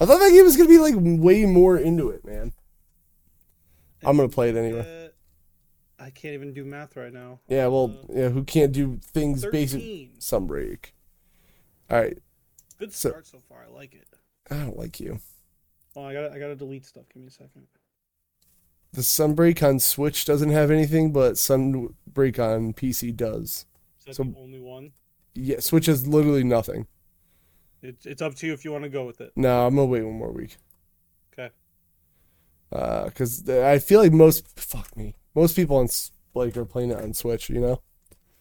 A: I thought that game was gonna be like way more into it, man. I'm gonna play it anyway.
B: Uh, I can't even do math right now.
A: Yeah, well, yeah, who can't do things basic
B: Thirteen.
A: some break. All right,
B: Good
A: So-
B: start so far. I like it.
A: I don't like you.
B: Oh, I gotta, I gotta delete stuff. Give me a second.
A: The Sunbreak on Switch doesn't have anything, but Sunbreak on PC does.
B: Is that
A: So-
B: the only one?
A: Yeah, Switch has literally nothing.
B: It's, it's up to you if you want to go with it.
A: No, I'm gonna wait one more week.
B: Okay.
A: Because I feel like most fuck me, most people on S- like are playing it on Switch. You know,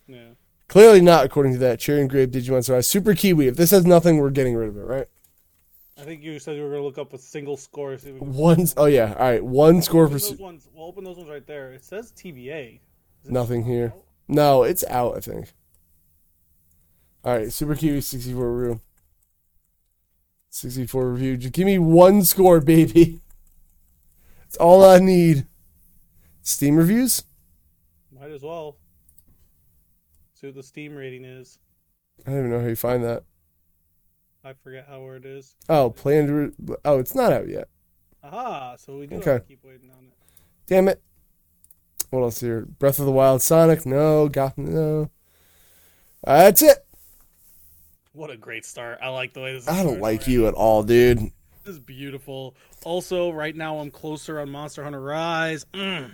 B: Yeah.
A: clearly not according to that. Cherry and Grape Digimon Survive Super Kiwi. If this has nothing, we're getting rid of it, right?
B: I think you said you were gonna look up a single score. See if we can...
A: One. Oh yeah. All right. One score for
B: open those
A: Su-
B: ones. We'll open those ones right there. It says TBA. Is it
A: nothing here.
B: out?
A: No, it's out, I think. All right, Super Kiwi 64 review. 64 review. Just give me one score, baby. It's all I need. Steam reviews?
B: Might as well. See what the Steam rating is.
A: I don't even know how you find that.
B: I forget how where it is.
A: Oh, planned. Re- oh, it's not out yet.
B: Aha! So we do
A: Okay.
B: have to keep waiting on it.
A: Damn it. What else here? Breath of the Wild, Sonic? No. Gotham? No. That's it.
B: What a great start! I like the way this. Is
A: I don't
B: starting
A: like
B: already.
A: you at all, dude.
B: This is beautiful. Also, right now I'm closer on Monster Hunter Rise. Mm.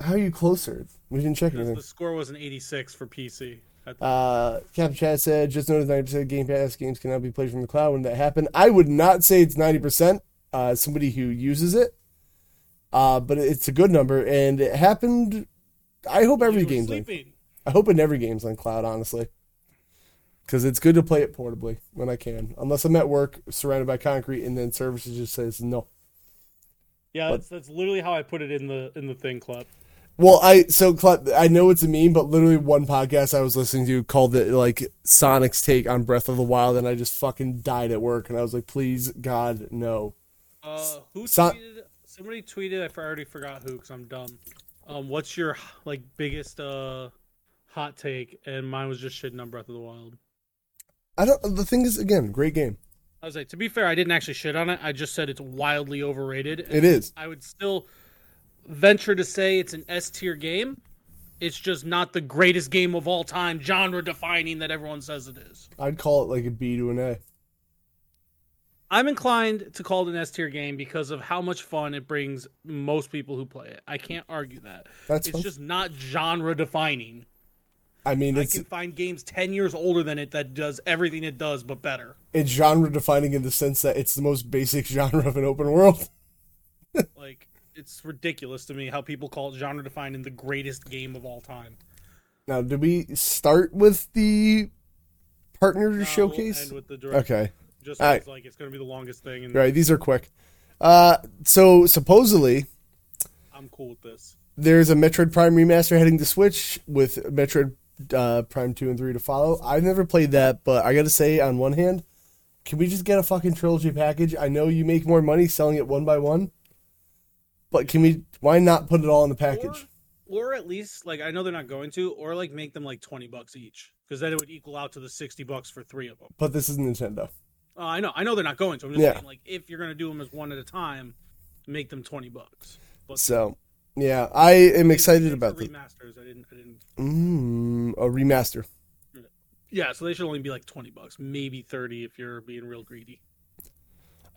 A: How are you closer? We didn't check
B: Because
A: anything.
B: the score was an 86 for PC. I th-
A: Uh, Captain Chad said, just noticed 90% of Game Pass games cannot be played from the cloud when that happened. I would not say it's 90%, uh, somebody who uses it, uh, but it's a good number, and it happened. I hope every
B: You were
A: game's on.
B: sleeping.
A: I hope it never game's on cloud, honestly. Because it's good to play it portably when I can, unless I'm at work surrounded by concrete, and then services just says no.
B: Yeah, that's, that's literally how I put it in the in the thing clip.
A: Well, I so Cla- I know it's a meme, but literally one podcast I was listening to called it like Sonic's take on Breath of the Wild, and I just fucking died at work, and I was like, please God, no.
B: Uh, who
A: So-
B: tweeted? Somebody tweeted. I for- already forgot who because I'm dumb. Um, what's your like biggest uh hot take? And mine was just shitting on Breath of the Wild.
A: I don't. The thing is, again, great game.
B: I was like, to be fair, I didn't actually shit on it. I just said it's wildly overrated. and
A: It is.
B: I would still venture to say it's an S tier game. It's just not the greatest game of all time, genre defining that everyone says it is.
A: I'd call it like a B to an A.
B: I'm inclined to call it an S tier game because of how much fun it brings most people who play it. I can't argue that.
A: That's
B: it's
A: fine.
B: just not genre defining.
A: I mean,
B: I
A: it's
B: can find games 10 years older than it that does everything it does but better.
A: it's genre defining in the sense that it's the most basic genre of an open world.
B: Like it's ridiculous to me how people call it genre defining the greatest game of all time.
A: Now, did we start with the partner showcase?
B: End with the direct,
A: Okay.
B: Just
A: All right.
B: because, like it's going to be the longest thing and
A: All right, these are quick. Uh, so supposedly
B: I'm cool with this.
A: there's a Metroid Prime remaster heading to Switch with Metroid uh, Prime two and three to follow. I've never played that, but I gotta say, on one hand, can we just get a fucking trilogy package? I know you make more money selling it one by one, but can we? Why not put it all in the package?
B: Or, or at least like I know they're not going to or like make them like 20 bucks each cuz then it would equal out to the 60 bucks for 3 of them.
A: But this is Nintendo.
B: Uh, I know, I know they're not going to. I'm just
A: Yeah.
B: saying, like, if you're gonna do them as one at a time, make them twenty bucks. But
A: So, yeah, I am excited
B: Except
A: about
B: for
A: the
B: remasters. I didn't, I didn't.
A: mm, a remaster.
B: Yeah, so they should only be like twenty bucks, maybe thirty if you're being real greedy.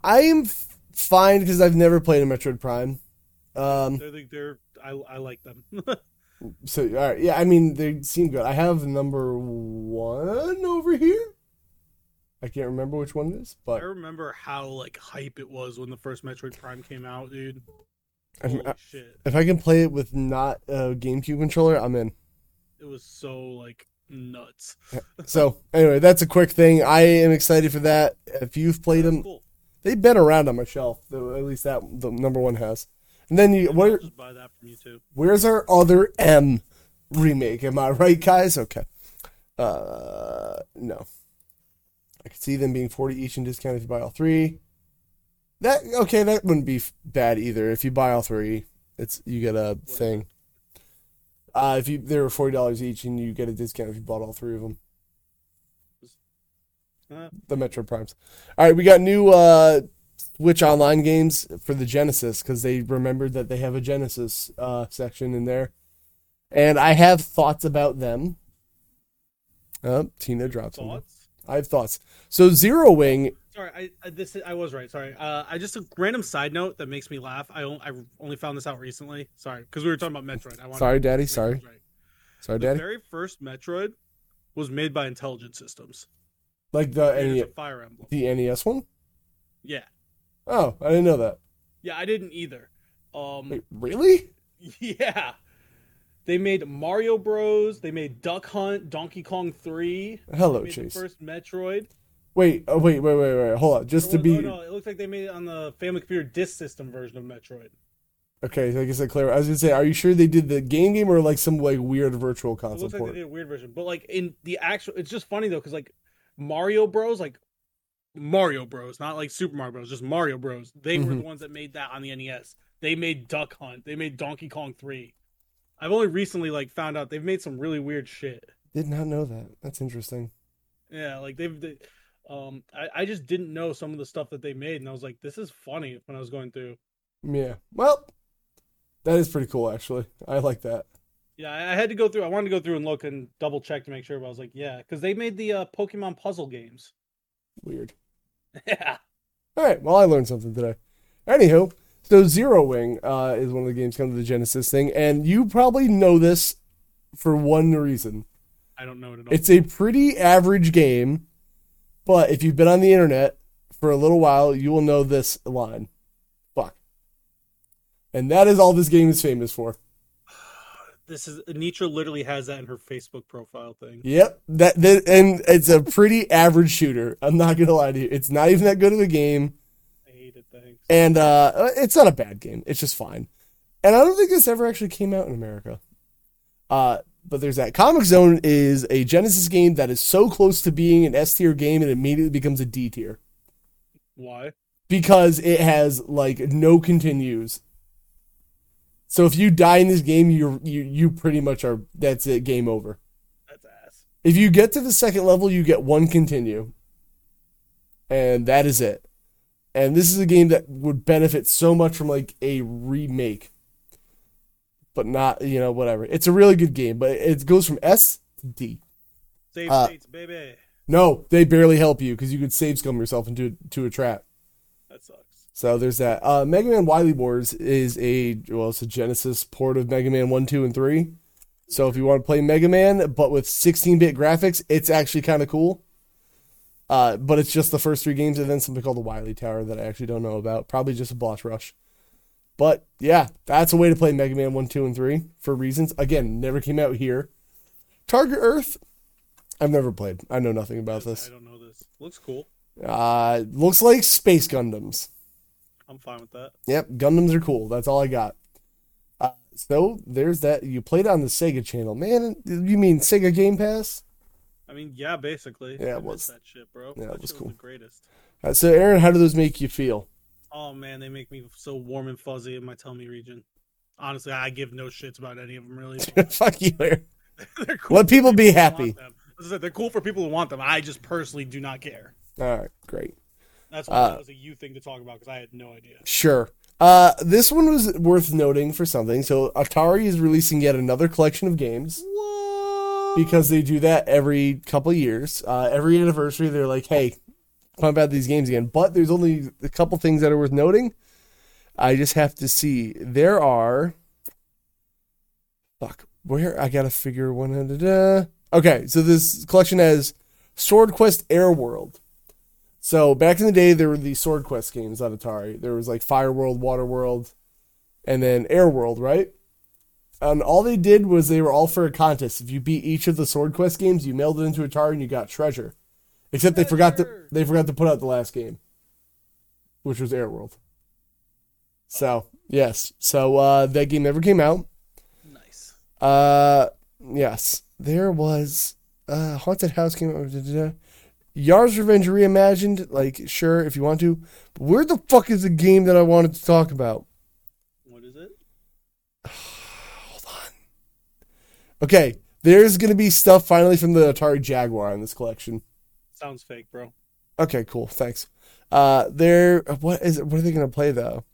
A: I am f- fine because I've never played a Metroid Prime. Um,
B: They're, the, they're, I, I like them.
A: so all right, yeah, I mean they seem good. I have number one over here. I can't remember which one it is,
B: I
A: but
B: remember how like hype it was when the first Metroid Prime came out, dude.
A: I-
B: Holy
A: I-
B: shit,
A: if I can play it with not a GameCube controller, I'm in.
B: it was so like nuts.
A: So anyway, that's a quick thing. I am excited for that. If you've played
B: That's
A: them,
B: cool.
A: they've been around on my shelf. Though at least that the number one has. And then you, what
B: I'll
A: are,
B: just buy that from you too.
A: Where's our other M remake? Am I right, guys? Okay. Uh, no. I could see them being forty each and discount if you buy all three. That okay? That wouldn't be f- bad either. If you buy all three, it's you get a thing. Uh, if you they were forty dollars each and you get a discount if you bought all three of them.
B: Uh,
A: The Metro Primes. All right, we got new uh, Switch Online games for the Genesis because they remembered that they have a Genesis uh, section in there, and I have thoughts about them. Oh, Tina drops. something.
B: thoughts?
A: I have thoughts. So Zero Wing,
B: Sorry, I, I this I was right. Sorry, uh, I just a random side note that makes me laugh. I, on- I only found this out recently. Sorry, because we were talking about Metroid. I wanted
A: Sorry,
B: to
A: Daddy,
B: make
A: sorry.
B: this right.
A: sorry,
B: The
A: Daddy.
B: very first Metroid was made by Intelligent Systems.
A: Like the
B: Creators
A: NES,
B: of Fire Emblem.
A: the NES one.
B: Yeah,
A: Oh, I didn't know that.
B: yeah, I didn't either. Um,
A: Wait, really?
B: yeah, they made Mario Bros. They made Duck Hunt, Donkey Kong Three. They
A: Hello,
B: made the
A: Chase.
B: first Metroid.
A: Wait, oh, wait, wait, wait, wait. Hold on. Just to
B: Oh,
A: be
B: no, it looks like they made it on the Family Computer Disk System version of Metroid.
A: okay, like I said, Claire. I was gonna say, are you sure they did the game game or like some like weird virtual
B: It
A: console
B: looks like
A: port?
B: they did a weird version, but like in the actual, it's just funny though because like Mario Bros, like Mario Bros, not like Super Mario Bros, just Mario Bros. They were the ones that made that on the NES. They made Duck Hunt. They made Donkey Kong Three. I've only recently like found out they've made some really weird shit.
A: Did not know that. That's interesting.
B: Yeah, like they've. They, um, I, I just didn't know some of the stuff that they made, and I was like, "This is funny." When I was going through,
A: Yeah. Well, that is pretty cool, actually. I like that.
B: yeah, I, I had to go through. I wanted to go through and look and double check to make sure. But I was like, "Yeah," because they made the uh, Pokemon puzzle games.
A: Weird.
B: yeah,
A: All right. Well, I learned something today. Anywho, so Zero Wing uh, is one of the games come to the Genesis thing, and you probably know this for one reason.
B: I don't know it at all.
A: It's a pretty average game, but if you've been on the internet for a little while, you will know this line. Fuck. And that is all this game is famous for.
B: This is Nitra literally has that in her Facebook profile thing.
A: Yep. That, that and it's a pretty average shooter. I'm not gonna lie to you. It's not even that good of a game.
B: I hate it. Thanks.
A: And uh, it's not a bad game. It's just fine. And I don't think this ever actually came out in America. Uh, but there's that. Comic Zone is a Genesis game that is so close to being an S tier game, it immediately becomes a D tier
B: Why?
A: because it has like no continues. So if you die in this game, you're you you pretty much are that's it, game over.
B: That's ass.
A: If you get to the second level, you get one continue. and that is it. And this is a game that would benefit so much from like a remake, but not you know whatever. It's a really good game, but it goes from S to D.
B: Save
A: Uh,
B: states, baby.
A: No, they barely help you because you could save scum yourself into to a trap.
B: That sucks.
A: So there's that. Uh, Mega Man Wily Wars is a well, it's a Genesis port of Mega Man One, Two, and Three. So if you want to play Mega Man but with 16-bit graphics, it's actually kind of cool. Uh, but it's just the first three games and then something called the Wily Tower that I actually don't know about. Probably just a boss rush. But yeah, that's a way to play Mega Man One, Two, and Three for reasons. Again, never came out here. Target Earth, I've never played. I know nothing about
B: I
A: this.
B: don't know this. Looks cool.
A: Uh, looks like Space Gundams.
B: I'm fine with that.
A: Yep, Gundams are cool. That's all I got. Uh, so there's that. You played on the Sega channel, man. You mean Sega Game Pass?
B: I mean, yeah, basically.
A: Yeah, it
B: I miss
A: was-
B: that shit, bro.
A: yeah, it
B: that
A: was
B: shit
A: cool.
B: was the greatest.
A: Uh, so Aaron, how do those make you feel?
B: Oh man, they make me so warm and fuzzy in my tummy region. Honestly, I give no shits about any of them really.
A: Fuck you, Aaron.
B: They're cool
A: Let
B: for
A: people be
B: who want
A: happy.
B: them. This is it, They're cool for people who want them. I just personally do not care.
A: All right, great.
B: That's why
A: Uh,
B: that was a you thing to talk about because I had no idea.
A: Sure. Uh, this one was worth noting for something. So Atari is releasing yet another collection of games. Because they do that every couple years. Uh, every anniversary, they're like, hey, pump out these games again. But there's only a couple things that are worth noting. I just have to see. There are. Fuck. Where? I gotta figure one out. da-da. Okay, so this collection has Sword Quest Air World. So back in the day, there were the Sword Quest games on Atari. There was like Fire World, Water World, and then Air World, right? And all they did was they were all for a contest. If you beat each of the Sword Quest games, you mailed it into Atari and you got treasure. Except they forgot to
B: Treasure!
A: they forgot to put out the last game, which was Air World. So yes, so uh, that game never came out.
B: Nice.
A: Uh, yes, there was uh, haunted house came out. da, da, da. Yar's Revenge reimagined. Like, sure, if you want to. But where the fuck is the game that I wanted to talk about?
B: What is it?
A: Okay, there's gonna be stuff finally from the Atari Jaguar in this collection.
B: Sounds fake, bro.
A: Okay, cool. Thanks. Uh, there. What is? What are they gonna play though?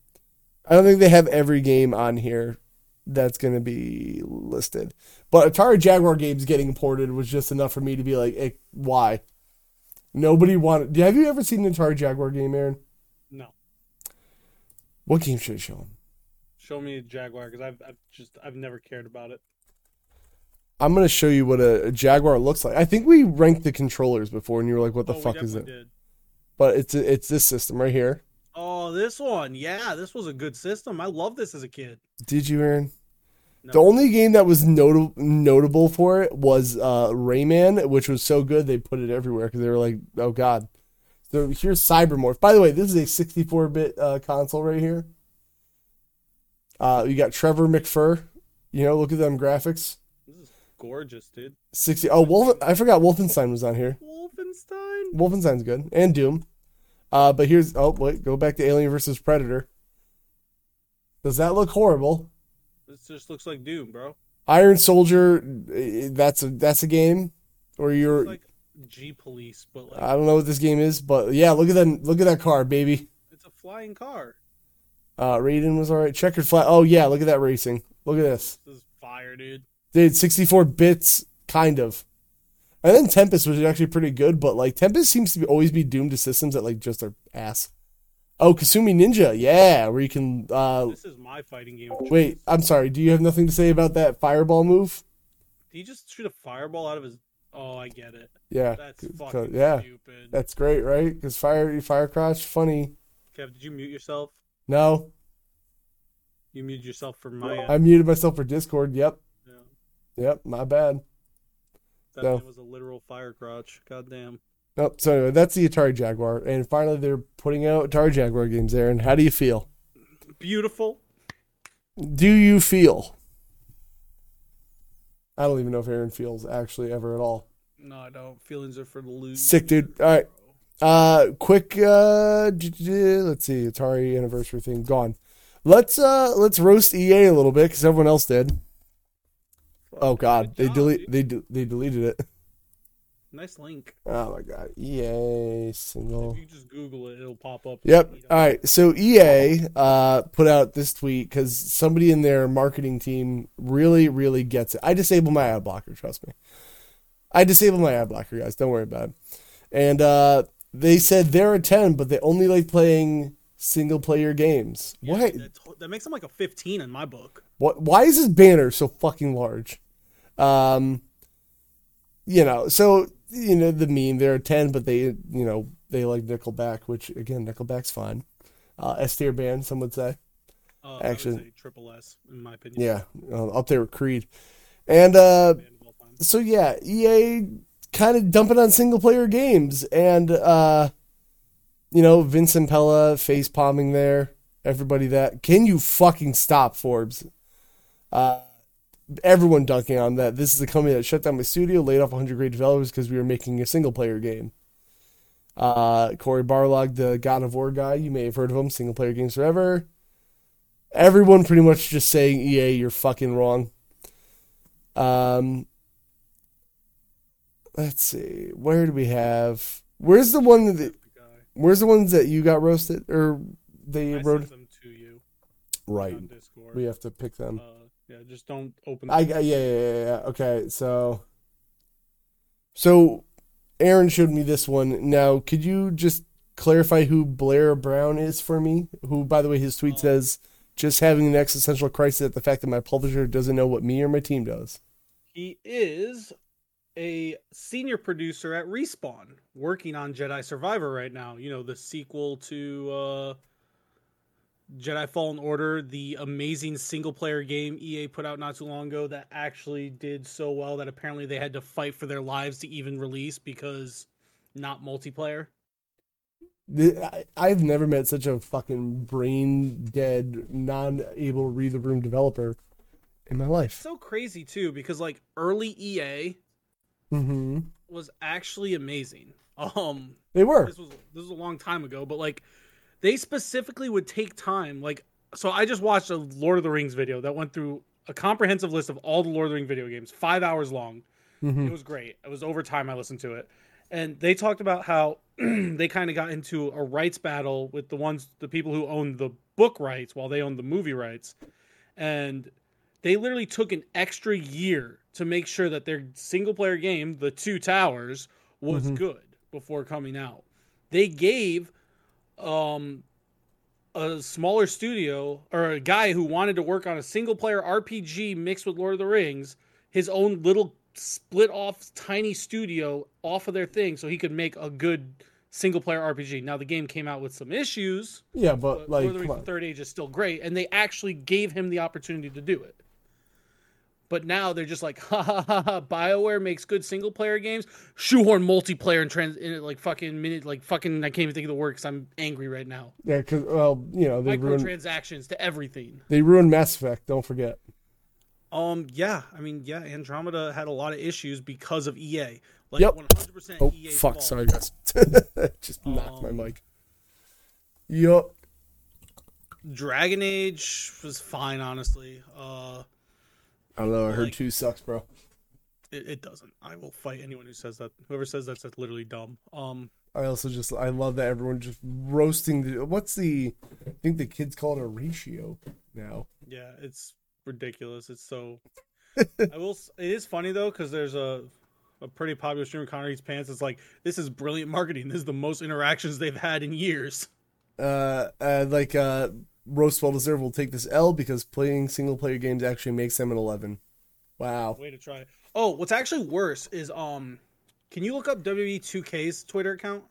A: I don't think they have every game on here that's gonna be listed. But Atari Jaguar games getting ported was just enough for me to be like, eh, why? Nobody wanted. Have you ever seen an Atari Jaguar game, Aaron?
B: No,
A: What game should I show him?
B: show me a jaguar because I've, I've just I've never cared about it.
A: I'm gonna show you what a, a Jaguar looks like. I think we ranked the controllers before, and you were like, "What the
B: Oh, we
A: fuck is it?"
B: definitely did.
A: But it's it's this system right here.
B: Oh, this one, yeah, this was a good system. I loved this as a kid.
A: Did you, Aaron?
B: No.
A: The only game that was notable notable for it was uh, Rayman, which was so good they put it everywhere because they were like, "Oh God." So here's Cybermorph. By the way, this is a 64-bit uh, console right here. Uh, you got Trevor McFur. You know, look at them graphics.
B: This is gorgeous, dude.
A: 60. Oh, Wolf. I forgot Wolfenstein was on here.
B: Wolfenstein.
A: Wolfenstein's good and Doom. Uh, but here's oh wait, go back to Alien versus Predator. Does that look horrible?
B: This just looks like Doom, bro.
A: Iron Soldier, eh, that's a that's a game, or you're
B: It's like G Police, but like
A: I don't know what this game is, but yeah, look at that look at that car, baby.
B: it's a flying car.
A: Uh, Raiden was all right. Checkered flag. Oh yeah, look at that racing. Look at this,
B: This is fire, dude.
A: dude. Sixty four bits, kind of. And then Tempest was actually pretty good, but like Tempest seems to be, always be doomed to systems that like just are ass. Oh, Kasumi Ninja, yeah, where you can uh,
B: This is my fighting game. of
A: Wait,
B: choice.
A: I'm sorry. Do you have nothing to say about that fireball move?
B: Did he just shoot a fireball out of his? Oh, I get it.
A: Yeah,
B: That's
A: c-
B: fucking
A: yeah,
B: stupid.
A: that's great, right? Because fire, fire crotch, funny.
B: Kev, did you mute yourself?
A: No,
B: You muted yourself for my. uh,
A: I muted myself for Discord. Yep,
B: yeah.
A: yep, my bad.
B: That
A: No.
B: man was a literal fire crotch. God damn.
A: Nope. So anyway, that's the Atari Jaguar, and finally they're putting out Atari Jaguar games there. And how do you feel?
B: Beautiful.
A: Do you feel? I don't even know if Aaron feels actually ever at all.
B: No, I don't. Feelings are for the lose.
A: Sick, dude. All right. Uh, quick. Uh, d- d- d- let's see. Atari anniversary thing gone. Let's uh, let's roast EA a little bit because everyone else did. Oh God,
B: Good
A: they
B: job,
A: delete
B: dude.
A: they de- they deleted it.
B: Nice link.
A: Oh my god. EA
B: If
A: single.
B: you just Google it, it'll pop up.
A: Yep. Uh, All right. So EA uh, put out this tweet because somebody in their marketing team really, really gets it. I disable my ad blocker. Trust me. I disable my ad blocker, guys. Don't worry about it. And uh, they said they're a ten, but they only like playing single player games.
B: Yeah,
A: What?
B: That, to- that makes them like a 15 in my book.
A: What? Why is this banner so fucking large? Um, you know, so you know the meme. There are ten, but they you know they like Nickelback, which again, Nickelback's fine. Uh, S tier band, some would say.
B: Uh, I
A: Actually-
B: would say triple S in my opinion.
A: Yeah, uh, up there with Creed, and uh,
B: Band of all time.
A: so yeah, EA kind of dumping on single player games, and uh, you know Vincent Pella face palming there. Everybody that can you fucking stop Forbes? Uh, everyone dunking on that. This is a company that shut down my studio, laid off 100 great developers because we were making a single player game. Uh, Corey Barlog, the God of War guy, you may have heard of him. Single player games forever. Everyone pretty much just saying EA, you're fucking wrong. Um, let's see where do we have where's the one that
B: Good guy.
A: where's the ones that you got roasted or they
B: I
A: wrote
B: sent them to you
A: right
B: on Discord.
A: we have to pick them
B: Uh, yeah, just don't open.
A: i
B: them.
A: yeah yeah yeah, yeah. okay so so aaron showed me this one now could you just clarify who blair brown is for me who by the way his tweet
B: Oh.
A: says just having an existential crisis at the fact that my publisher doesn't know what me or my team does
B: He is a senior producer at Respawn, working on Jedi Survivor right now. You know, the sequel to uh, Jedi Fallen Order, the amazing single player game EA put out not too long ago that actually did so well that apparently they had to fight for their lives to even release because not multiplayer.
A: Th- I- I've never met such a fucking brain dead, non able to read the room developer in my life.
B: So crazy, too, because like early EA
A: Mm-hmm.
B: was actually amazing. Um,
A: They were.
B: this was this was a long time ago, but like they specifically would take time. Like, so I just watched a Lord of the Rings video that went through a comprehensive list of all the Lord of the Ring video games, five hours long.
A: Mm-hmm.
B: It was great. It was over time. I listened to it, and they talked about how they kind of got into a rights battle with the ones, the people who owned the book rights while they owned the movie rights, and they literally took an extra year to make sure that their single player game, The Two Towers, was
A: Mhm.
B: good before coming out. They gave um, a smaller studio or a guy who wanted to work on a single player RPG mixed with Lord of the Rings his own little split off tiny studio off of their thing so he could make a good single player RPG. Now the game came out with some issues,
A: Yeah,
B: but
A: but
B: Lord
A: like,
B: of the
A: come
B: Rings
A: on.
B: Third Age is still great, and they actually gave him the opportunity to do it. But now they're just like, ha ha ha ha! Bioware makes good single player games, shoehorn multiplayer and trans in it like fucking minute, like fucking. I can't even think of the word because I'm angry right now.
A: yeah, because well, you know, they ruined
B: Microtransactions to everything.
A: they ruined Mass Effect. Don't forget.
B: Um, yeah, I mean, yeah, Andromeda had a lot of issues because of EA. Like
A: Yep.
B: 100%
A: Oh
B: EA. 's
A: fuck!
B: fault.
A: Sorry, guys. Just knocked my
B: E Um,
A: mic. Yup.
B: Dragon Age was fine, honestly. Uh,
A: I don't know. I heard
B: like-
A: two sucks, bro.
B: it, it doesn't. I will fight anyone who says that. Whoever says that's that's literally dumb. Um,
A: I also just I love that everyone just roasting the what's the I think the kids call it a ratio now.
B: yeah, it's ridiculous. It's so. I will. s- It is funny though because there's a a pretty popular streamer, Connor Eats Pants. It's like this is brilliant marketing. This is the most interactions they've had in years.
A: uh, uh like uh roast well deserved will take this L because playing single player games actually makes them an eleven. Wow.
B: Way to try. it. Oh, what's actually worse is um, can you look up WWE 2K's Twitter account?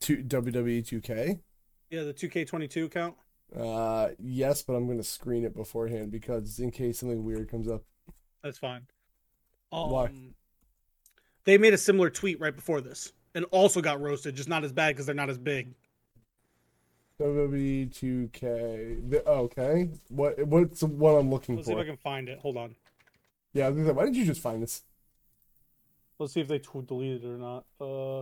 A: Two WWE two K.
B: Yeah, the 2K22 account.
A: Uh yes, but I'm gonna screen it beforehand because in case something weird comes up.
B: That's fine. Um,
A: Why?
B: They made a similar tweet right before this, and also got roasted, just not as bad because they're not as big.
A: WWE two K. Okay. What what's the one I'm looking
B: Let's see if I
A: for?
B: can find it. Hold on.
A: Yeah, I was gonna say, why did you just find this?
B: Let's see if they tw- deleted it or not. Uh,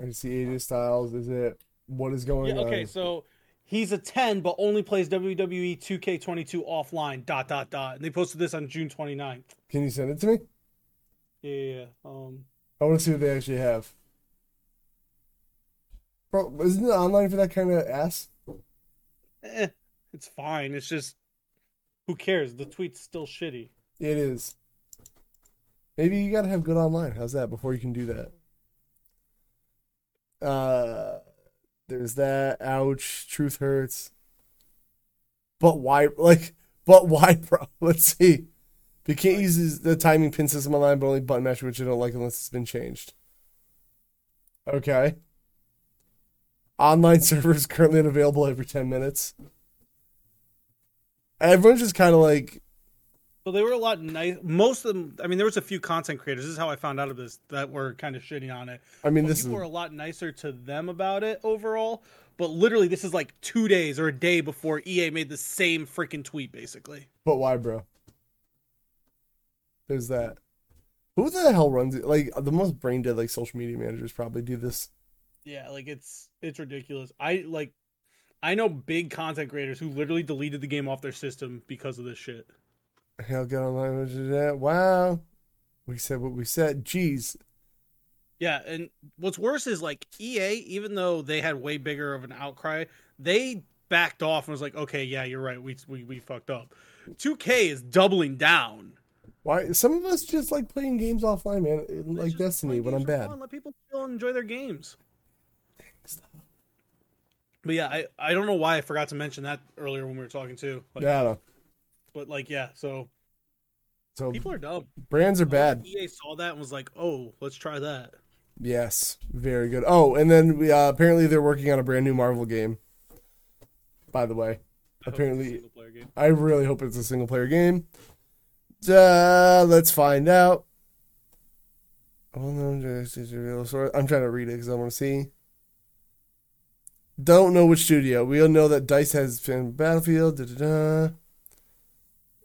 A: I see AJ Styles. Is it what is going
B: yeah. Okay.
A: on?
B: So he's a ten, but only plays E WWE 2K22 offline. Dot dot dot. And they posted this on June 29th.
A: Can you send it to me?
B: Yeah, yeah, yeah. Um,
A: I want to see what they actually have. Bro, isn't it online for that kind of ass?
B: eh, it's fine. It's just who cares? The tweet's still shitty.
A: It is. Maybe you gotta have good online. How's that? Before you can do that. Uh, there's that. Ouch. Truth hurts. But why? Like, but why, bro? Let's see. They can't use this- the timing pin system online, but only button mash, which I don't like unless it's been changed. Okay. Online servers currently unavailable every 10 minutes. Everyone's just kind of like,
B: So they were a lot nice. Most of them, I mean, there was a few content creators. This is how I found out of this that were kind of shitty on it.
A: I mean,
B: But
A: this
B: people
A: is.
B: were a lot nicer to them about it overall. But literally, this is like two days or a day before EA made the same freaking tweet, basically.
A: But why, bro? There's that. Who the hell runs it? Like the most brain dead like social media managers probably do this.
B: Yeah, like it's it's ridiculous. I like, I know big content creators who literally deleted the game off their system because of this shit.
A: Hey, I'll get online with you today. Wow. We said what we said. Jeez.
B: Yeah, and what's worse is like EA, even though they had way bigger of an outcry, they backed off and was like, "Okay, yeah, you're right. We we, we fucked up." 2K is doubling down.
A: Why some of us just like playing games offline, man. Like
B: Let's just play
A: Destiny when I'm
B: games for
A: bad.
B: fun, let people chill and enjoy their games. But yeah, I, I don't know why I forgot to mention that earlier when we were talking too. Like,
A: Yeah, I know.
B: But like, yeah, so
A: So
B: people are dumb.
A: brands are bad.
B: EA saw that and was like, "Oh, let's try that."
A: Yes. Very good. Oh, and then we uh, apparently they're working on a brand new Marvel game. By the way.
B: I hope it's a
A: Apparently-
B: single-player game.
A: I really hope it's a single player game. Uh, let's find out. Well, no, just it's a real source. I'm trying to read it because I want to see. Don't know which studio. We all know that Dice has been Battlefield. Da, da, da.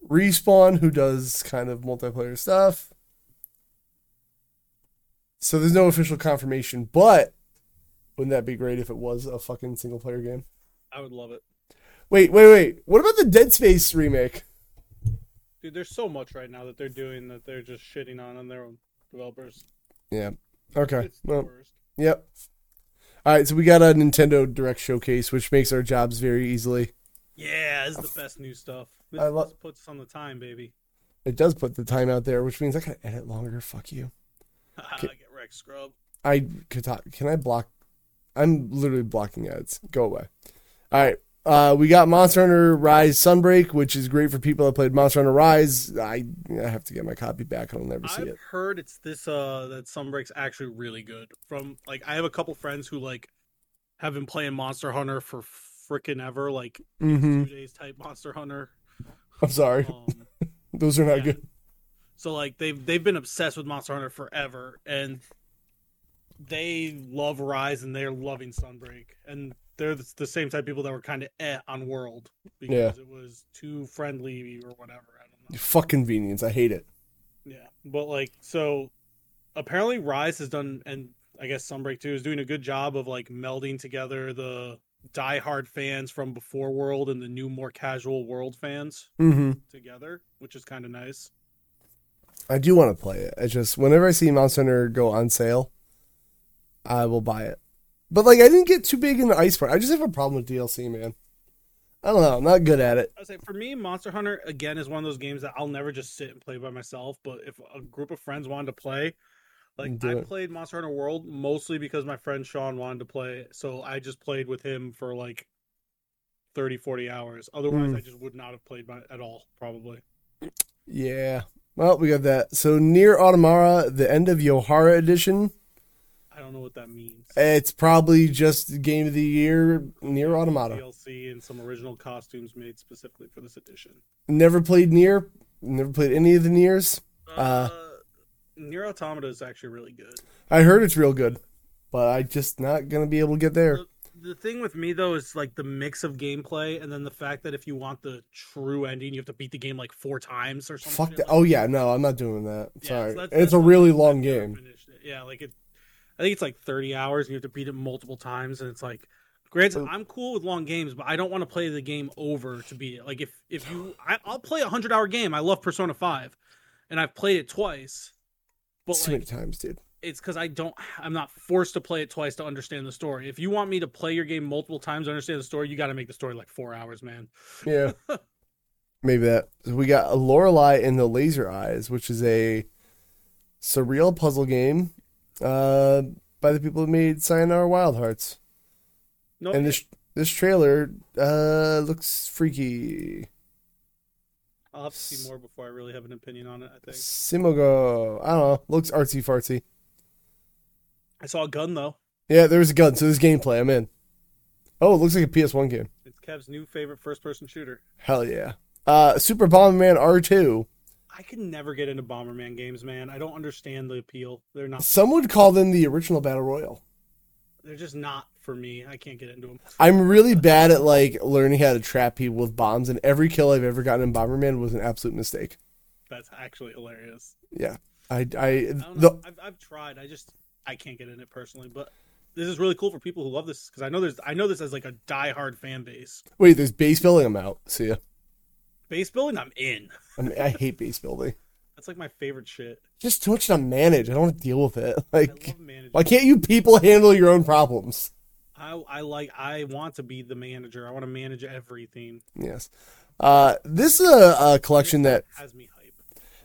A: Respawn, who does kind of multiplayer stuff. So there's no official confirmation, but wouldn't that be great if it was a fucking single player game?
B: I would love it,
A: Wait, wait, wait. What about the Dead Space remake?
B: dude. There's so much right now that they're doing that they're just shitting on on their own developers.
A: Yeah. Okay.
B: It's the
A: Well,
B: worst.
A: yep. All right, so we got a Nintendo Direct showcase, which makes our jobs very easily.
B: Yeah, this is the best new stuff. This,
A: I lo-
B: this puts on the time, baby.
A: It does put the time out there, which means I gotta edit longer. Fuck you. Okay.
B: Get wrecked, scrub.
A: I could talk. Can I block? I'm literally blocking ads. Go away. All right. Uh, we got Monster Hunter Rise Sunbreak, which is great for people that played Monster Hunter Rise. I I have to get my copy back. I'll never see
B: I've
A: it.
B: heard it's this uh that Sunbreak's actually really good. From like I have a couple friends who like have been playing Monster Hunter for freaking ever, like
A: Mm-hmm.
B: two days type Monster Hunter.
A: I'm sorry.
B: Um,
A: Those are not
B: yeah.
A: good.
B: So like they've they've been obsessed with Monster Hunter forever, and they love Rise and they're loving Sunbreak, and they're the, the same type of people that were kind of eh on World because it was too friendly or whatever. I don't know.
A: Fuck convenience. I hate it.
B: Yeah, but like so, apparently Rise has done, and I guess Sunbreak too is doing a good job of like melding together the diehard fans from before World and the new more casual World fans
A: Mm-hmm.
B: together, which is kind of nice.
A: I do want to play it. It's just whenever I see Monster Hunter go on sale, I will buy it. But like, I didn't get too big in the ice part. I just have a problem with DLC, man. I don't know. I'm not good at it.
B: I would say for me, Monster Hunter again is one of those games that I'll never just sit and play by myself. But if a group of friends wanted to play, like
A: Mm, Do
B: I
A: it.
B: played Monster Hunter World mostly because my friend Sean wanted to play, it, so I just played with him for like 30, 40 hours. Otherwise,
A: Mm.
B: I just would not have played by, at all, probably.
A: Yeah. Well, we got that. So near Automara, the end of Yohara edition.
B: I don't know what that means.
A: It's probably just game of the year near Automata.
B: DLC and some original costumes made specifically for this edition.
A: Never played near. Never played any of the nears.
B: Uh, Nier Automata is actually really good.
A: I heard it's real good, but I just not gonna be able to get there.
B: The thing with me though is like the mix of gameplay, and then the fact that if you want the true ending, you have to beat the game like four times or something.
A: Fuck that. Oh yeah, no, I'm not doing that. Sorry.
B: so that's-
A: And it's
B: that's
A: a
B: why
A: really
B: I've
A: long
B: never
A: game.
B: finished it. Yeah, like it. I think it's like thirty hours, and you have to beat it multiple times, and it's like. Granted,
A: Well-
B: I'm cool with long games, but I don't want to play the game over to beat it. Like if if you, I, I'll play a hundred hour game. I love Persona Five, and I've played it twice. But
A: too
B: like,
A: many times, dude.
B: it's because I don't. I'm not forced to play it twice to understand the story. If you want me to play your game multiple times to understand the story, you got to make the story like four hours, man.
A: Yeah. Maybe that. We got Lorelei and the Laser Eyes, which is a surreal puzzle game uh, by the people who made Sayonara Wild Hearts.
B: No,
A: And this this trailer uh, looks freaky.
B: I'll have to see more before I really have an opinion on it. I think
A: Simogo. I don't know. Looks artsy fartsy.
B: I saw a gun though.
A: Yeah, there was a gun, so this gameplay. I'm in. Oh, it looks like a PS1 game.
B: It's Kev's new favorite first-person shooter.
A: Hell yeah. Uh, Super Bomberman R2.
B: I can never get into Bomberman games, man. I don't understand the appeal. They're not.
A: Some would call them the original Battle Royale.
B: They're just not for me. I can't get into them.
A: I'm really bad at like learning how to trap people with bombs, and every kill I've ever gotten in Bomberman was an absolute mistake.
B: That's actually hilarious.
A: Yeah, I, I,
B: I don't know.
A: the,
B: I've, I've tried. I just I can't get in it personally. But this is really cool for people who love this because I know there's I know this as like a diehard fan base.
A: wait, there's base building. I'm out. See ya.
B: Base building, I'm in.
A: I, mean, I hate base building.
B: That's like my favorite shit.
A: Just too much to manage. I don't want to deal with it.
B: I
A: Like,
B: love managing.
A: why can't you people handle your own problems?
B: I I like I want to be the manager. I want to manage everything.
A: Yes. Uh, this is a, a collection that
B: has me hype.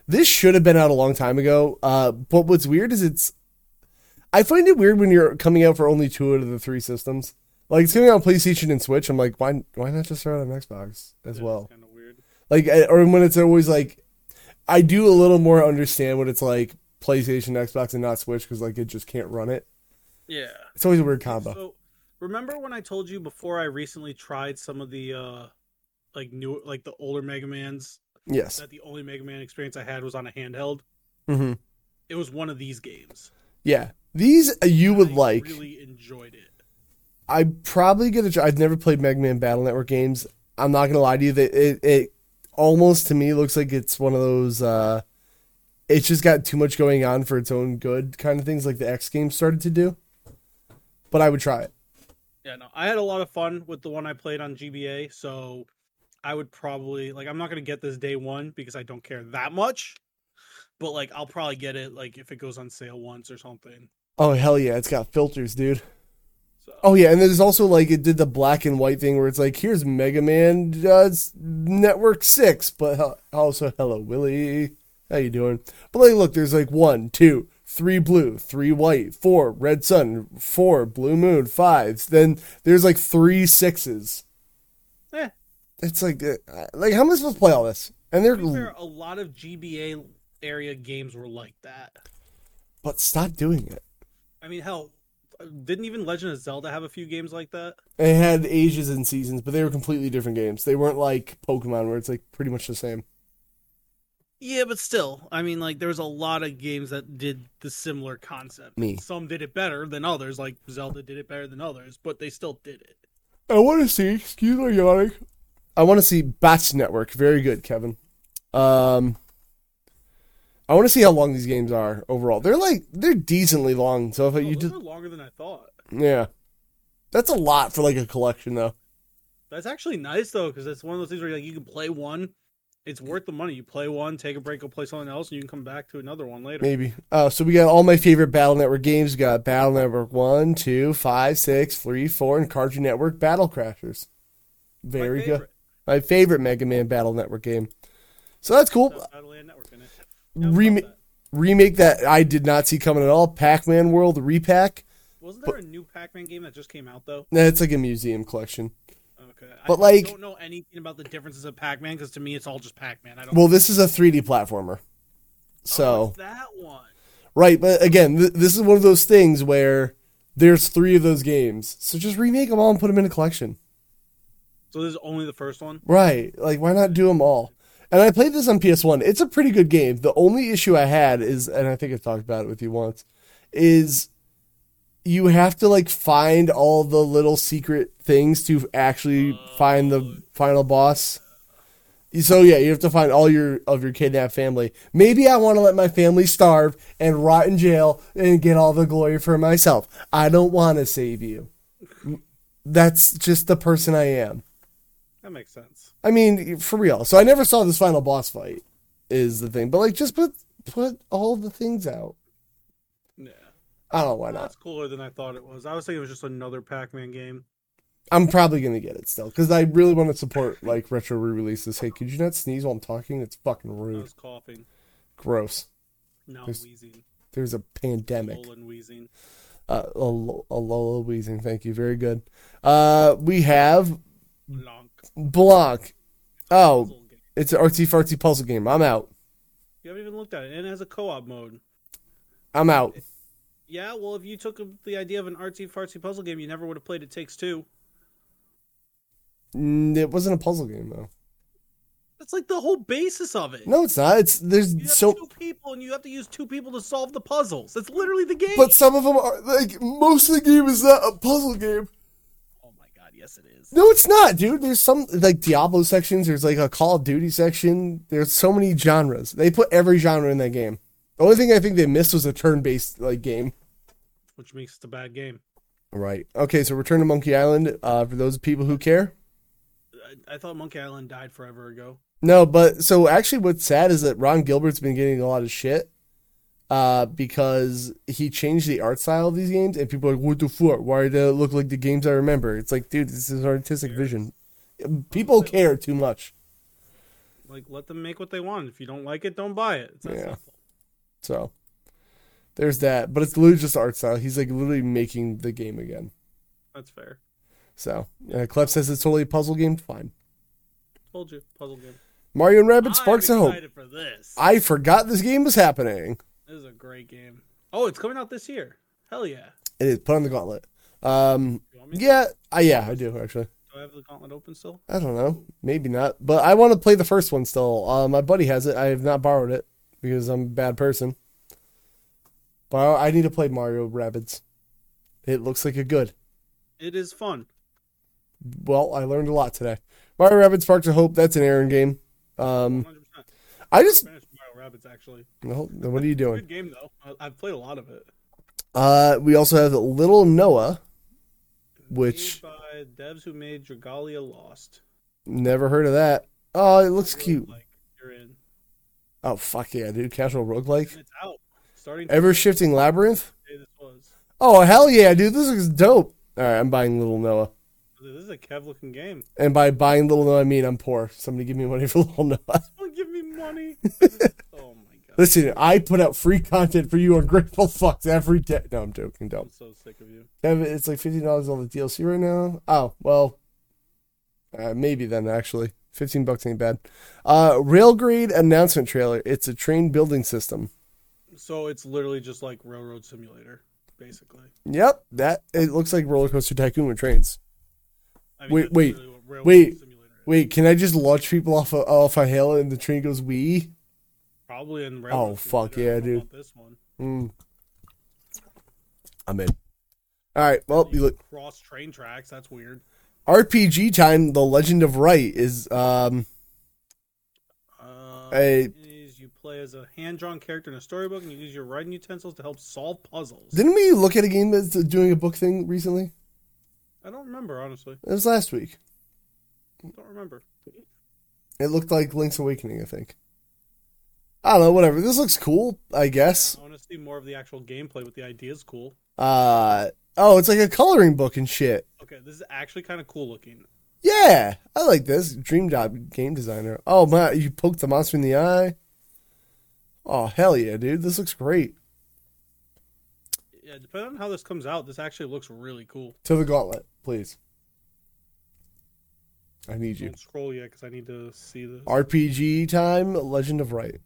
A: this should have been out a long time ago. Uh, but what's weird is it's. I find it weird when you're coming out for only two out of the three systems. Like it's coming out on PlayStation and Switch. I'm like, why? Why not just start on Xbox as well?
B: kind of weird.
A: Like, I- or when it's always like, I do a little more understand what it's like PlayStation, Xbox, and not Switch because like it just can't run it.
B: Yeah.
A: It's always a weird combo.
B: So remember when I told you before I recently tried some of the uh like new like the older Mega Mans
A: Yes.
B: that the only Mega Man experience I had was on a handheld.
A: hmm
B: It was one of these games.
A: Yeah. These uh, you would
B: I
A: like.
B: Really enjoyed it.
A: I probably get a. tr- I've never played Mega Man Battle Network games. I'm not gonna lie to you that it, it almost to me looks like it's one of those. uh It's just got too much going on for its own good kind of things like the X games started to do. But I would try it.
B: Yeah, no, I had a lot of fun with the one I played on GBA. So I would probably like I'm not gonna get this day one because I don't care that much. But like I'll probably get it like if it goes on sale once or something.
A: Oh hell yeah! It's got filters, dude.
B: So
A: Oh yeah, and there's also like it did the black and white thing where it's like here's Mega Man uh, s- Network Six, but hel- also Hello Willy, how you doing? But like, look, there's like one, two, three blue, three white, four red sun, four blue moon, five. Then there's like three sixes.
B: Eh.
A: It's like uh, like how am I supposed to play all this? And
B: to be fair,
A: they're
B: a lot of GBA area games were like that.
A: but stop doing it.
B: I mean, hell, didn't even Legend of Zelda have a few games like that?
A: It had ages and seasons, but they were completely different games. They weren't like Pokemon where it's like pretty much the same.
B: Yeah, but still, I mean, like there was a lot of games that did the similar concept.
A: Me.
B: Some did it better than others, like Zelda did it better than others, but they still did it.
A: I want to see. Excuse my yawning. I want to see Bats Network. Very good, Kevin. Um, I want to see how long these games are overall. They're like they're decently long. So if
B: Oh,
A: you
B: those
A: just
B: are longer than I thought.
A: yeah, that's a lot for like a collection though.
B: That's actually nice though, because that's one of those things where like you can play one, it's worth the money. You play one, take a break, go play something else, and you can come back to another one later.
A: Maybe. Uh, so we got all my favorite Battle Network games. We got Battle Network one, two, five, six, three, four, and Cartoon Network Battle Crashers.
B: My
A: Very good.
B: favorite.
A: My favorite Mega Man Battle Network game. So that's cool.
B: That's Battleland Network in it. Yeah, I love
A: Remi-
B: that.
A: remake that I did not see coming at all. Pac Man World repack.
B: Wasn't there a new Pac-Man game that just came out though?
A: That's like a museum collection.
B: Okay,
A: But,
B: I
A: like-
B: don't know anything about the differences of Pac-Man because to me it's all just Pac-Man. I don't. Oh,
A: Well, this is a 3D platformer. So,
B: it's that one.
A: right, but again, th- this is one of those things where there's three of those games. So just remake them all and put them in a collection.
B: So this is only the first one.
A: Right. Like, why not do them all? And I played this on PS1. It's a pretty good game. The only issue I had is, and I think I talked about it with you once, is you have to like find all the little secret things to actually find the final boss. So yeah, you have to find all your of your kidnapped family. Maybe I want to let my family starve and rot in jail and get all the glory for myself. I don't want to save you. That's just the person I am.
B: That makes sense.
A: I mean, for real. So I never saw this final boss fight is the thing, but like just put put all the things out. I don't know why not.
B: That's cooler than I thought it was. I was thinking it was just another Pac-Man game.
A: I'm probably gonna get it still because I really want to support like retro re-releases. Hey, could you not sneeze while I'm talking? It's fucking
B: I
A: rude.
B: was coughing.
A: Gross.
B: Now
A: There's-
B: wheezing.
A: There's a pandemic.
B: Colon wheezing.
A: Uh, Al- Alola wheezing. Thank you. Very good. Uh, we have
B: Blanc.
A: Blanc. Mm. Oh,
B: Puzzle game.
A: it's an artsy fartsy puzzle game. I'm out.
B: You haven't even looked at it. And it has a co-op mode.
A: I'm out.
B: Yeah, well, if you took the idea of an artsy fartsy puzzle game, you never would have played It Takes Two.
A: Mm, It wasn't a puzzle game though.
B: That's like the whole basis of it.
A: No, it's not. It's there's
B: You have
A: so
B: two people, and you have to use two people to solve the puzzles. That's literally the game.
A: But some of them are like most of the game is not a puzzle game.
B: oh my god, yes, it is.
A: No, it's not, dude. There's some like Diablo sections. There's like a Call of Duty section. There's so many genres. They put every genre in that game. The only thing I think they missed was a turn-based like game.
B: Which makes it a bad game.
A: Right. Okay. So Return to Monkey Island. Uh, for those people who care.
B: I, I thought Monkey Island died forever ago.
A: No, but so actually, what's sad is that Ron Gilbert's been getting a lot of shit. Uh, because he changed the art style of these games, and people are like, "What the fuck? Why do they look like the games I remember?" It's like, dude, this is artistic vision. People care too much.
B: Like, let them make what they want. If you don't like it, don't buy it. It's that
A: Yeah.
B: simple.
A: So there's that. But it's literally just art style. He's like literally making the game again.
B: That's fair.
A: So uh, Clef says it's totally a puzzle game. Fine.
B: Told you, puzzle game.
A: Mario and Rabbit Sparks
B: I'm
A: of Hope.
B: excited for this.
A: I forgot this game was happening.
B: This is a great game. Oh, it's coming out this year. Hell yeah.
A: It is put on the gauntlet. Um,
B: You want me to-
A: yeah, I yeah, I do actually.
B: Do I have the gauntlet open still?
A: I don't know, maybe not, but I want to play the first one still. Uh, my buddy has it. I have not borrowed it because I'm a bad person. But I I need to play Mario Rabbids. It looks like a good.
B: It is fun.
A: well, I learned a lot today. Mario Rabbids Sparks of Hope. That's an Aaron game. Um,
B: 100%.
A: I just.
B: Spanish Mario Rabbits, actually.
A: well, What are you doing?
B: Good game, though. I- I've played a lot of it.
A: Uh, we also have Little Noah, which
B: Made by devs who made Dragalia Lost.
A: never heard of that. Oh, it looks cute.
B: Like, you're in.
A: Oh fuck yeah, dude! Casual roguelike.
B: And it's out. Starting
A: Ever shifting labyrinth.
B: today, this was.
A: Oh hell yeah, dude! This looks dope. All right, I'm buying Little Noah,
B: This is a Kev looking game.
A: and by buying Little Noah, I mean I'm poor. Somebody give me money for Little Noah.
B: Oh, give me money. oh, my God.
A: Listen, I put out free content for you ungrateful fucks every day. No, I'm joking. Don't.
B: I'm so sick of you.
A: Have it- It's like fifteen dollars on the DLC right now. Oh well, uh, maybe then actually fifteen bucks ain't bad. Uh, Railgrade announcement trailer. It's a train building system.
B: So it's literally just like Railroad Simulator, basically.
A: Yep, that it looks like Roller Coaster Tycoon with trains.
B: I
A: Wait,
B: that's
A: wait,
B: literally what Railroad
A: wait,
B: Simulator is.
A: Wait, can I just launch people off a, off a hill and the train goes wee?
B: Probably in Railroad
A: Oh, fuck
B: Simulator. I
A: yeah,
B: don't
A: dude.
B: want This one.
A: Mm. I'm in. All right. Well, you look
B: Cross train tracks. That's weird.
A: RPG time. The Legend of Right is um
B: Uh,
A: I-
B: is you play as a hand-drawn character in a storybook, and you use your writing utensils to help solve puzzles.
A: didn't we look at a game that's doing a book thing recently?
B: I don't remember honestly.
A: It was last week.
B: Don't remember.
A: It looked like Link's Awakening, I think. I don't know, whatever. This looks cool, I guess.
B: I want to see more of the actual gameplay. With the ideas cool.
A: Uh oh, it's like a coloring book and shit.
B: Okay, this is actually kind of cool looking.
A: Yeah, I like this. Dream job game designer. Oh my, you poked the monster in the eye. Oh hell yeah, dude! This looks great.
B: Yeah, depending on how this comes out, this actually looks really cool.
A: To the gauntlet, please. I need you.
B: Don't scroll yet because I need to see this.
A: RPG time. Legend of Right.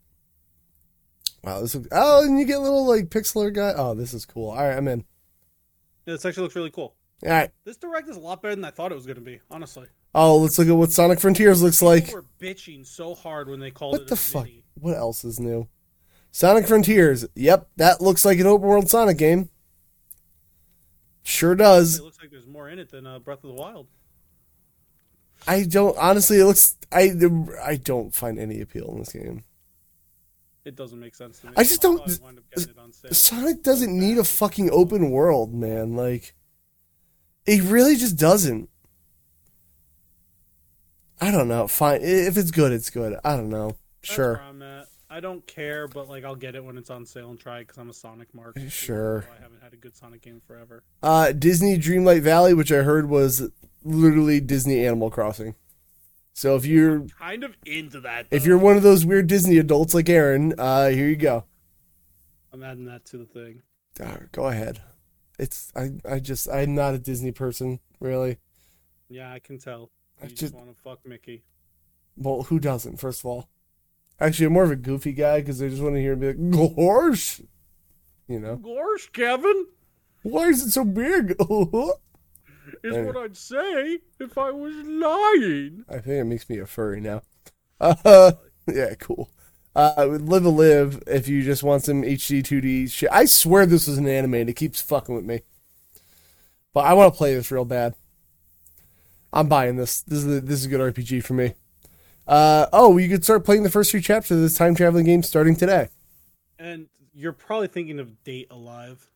A: Wow, this looks. Oh, and you get little like pixeler guy. Oh, this is cool. All right, I'm in.
B: Yeah, this actually looks really cool.
A: All right.
B: This direct is a lot better than I thought it was going to be. Honestly,
A: Oh, let's look at what Sonic Frontiers looks like.
B: people were bitching so hard when they called it
A: What the
B: a
A: fuck?
B: mini.
A: What else is new? Sonic Frontiers. Yep, that looks like an open world Sonic game. Sure
B: It
A: does.
B: looks like there's more in it than uh, Breath of the Wild.
A: I don't honestly. It looks. I I don't find any appeal in this game.
B: It doesn't make sense to me.
A: I just don't-
B: probably wind up getting it on sale.
A: Sonic doesn't need a fucking open world, man. Like, it really just doesn't. I don't know. Fine. I- If it's good, it's good. I don't know.
B: That's
A: Sure.
B: where I'm at. I I don't care, but like I'll get it when it's on sale and try it because I'm a Sonic mark. even
A: Sure.
B: though I haven't had a good Sonic game forever.
A: Uh, Disney Dreamlight Valley, which I heard was literally Disney Animal Crossing. So if you're
B: Kind of into that.
A: if
B: though.
A: you're one of those weird Disney adults like Aaron, uh, here you go.
B: I'm adding that to the thing.
A: Ah, go ahead. It's I I just I'm not a Disney person really.
B: Yeah, I can tell.
A: I
B: You just,
A: just-
B: want to fuck Mickey.
A: Well, who doesn't? First of all, actually, I'm more of a goofy guy because I just want to hear me like, "Gosh," you know,
B: Gosh, Kevin
A: why is it so big?
B: is
A: Anyway.
B: what I'd say if I was lying.
A: I think it makes me a furry now. Uh, yeah, cool. Uh, I would live a live if you just want some HD 2D shit. I swear this was an anime and it keeps fucking with me. But I want to play this real bad. I'm buying this. This is a, this is a good RPG for me. Uh, oh, you could start playing the first three chapters of this time traveling game starting today.
B: And you're probably thinking of Date Alive.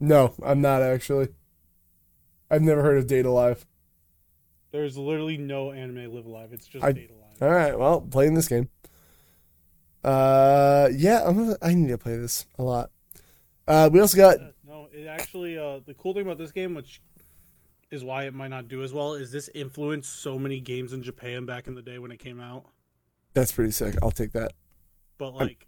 A: No, I'm not actually. I've never heard of Date Alive.
B: There's literally no anime Live Alive. It's just
A: I-
B: Date Alive.
A: All right, well, playing this game. Uh, yeah, I'm gonna, I need to play this a lot. Uh, we also got
B: Uh, no, it actually. Uh, the cool thing about this game, which is why it might not do as well, is this influenced so many games in Japan back in the day when it came out.
A: that's pretty sick. I'll take that.
B: But like,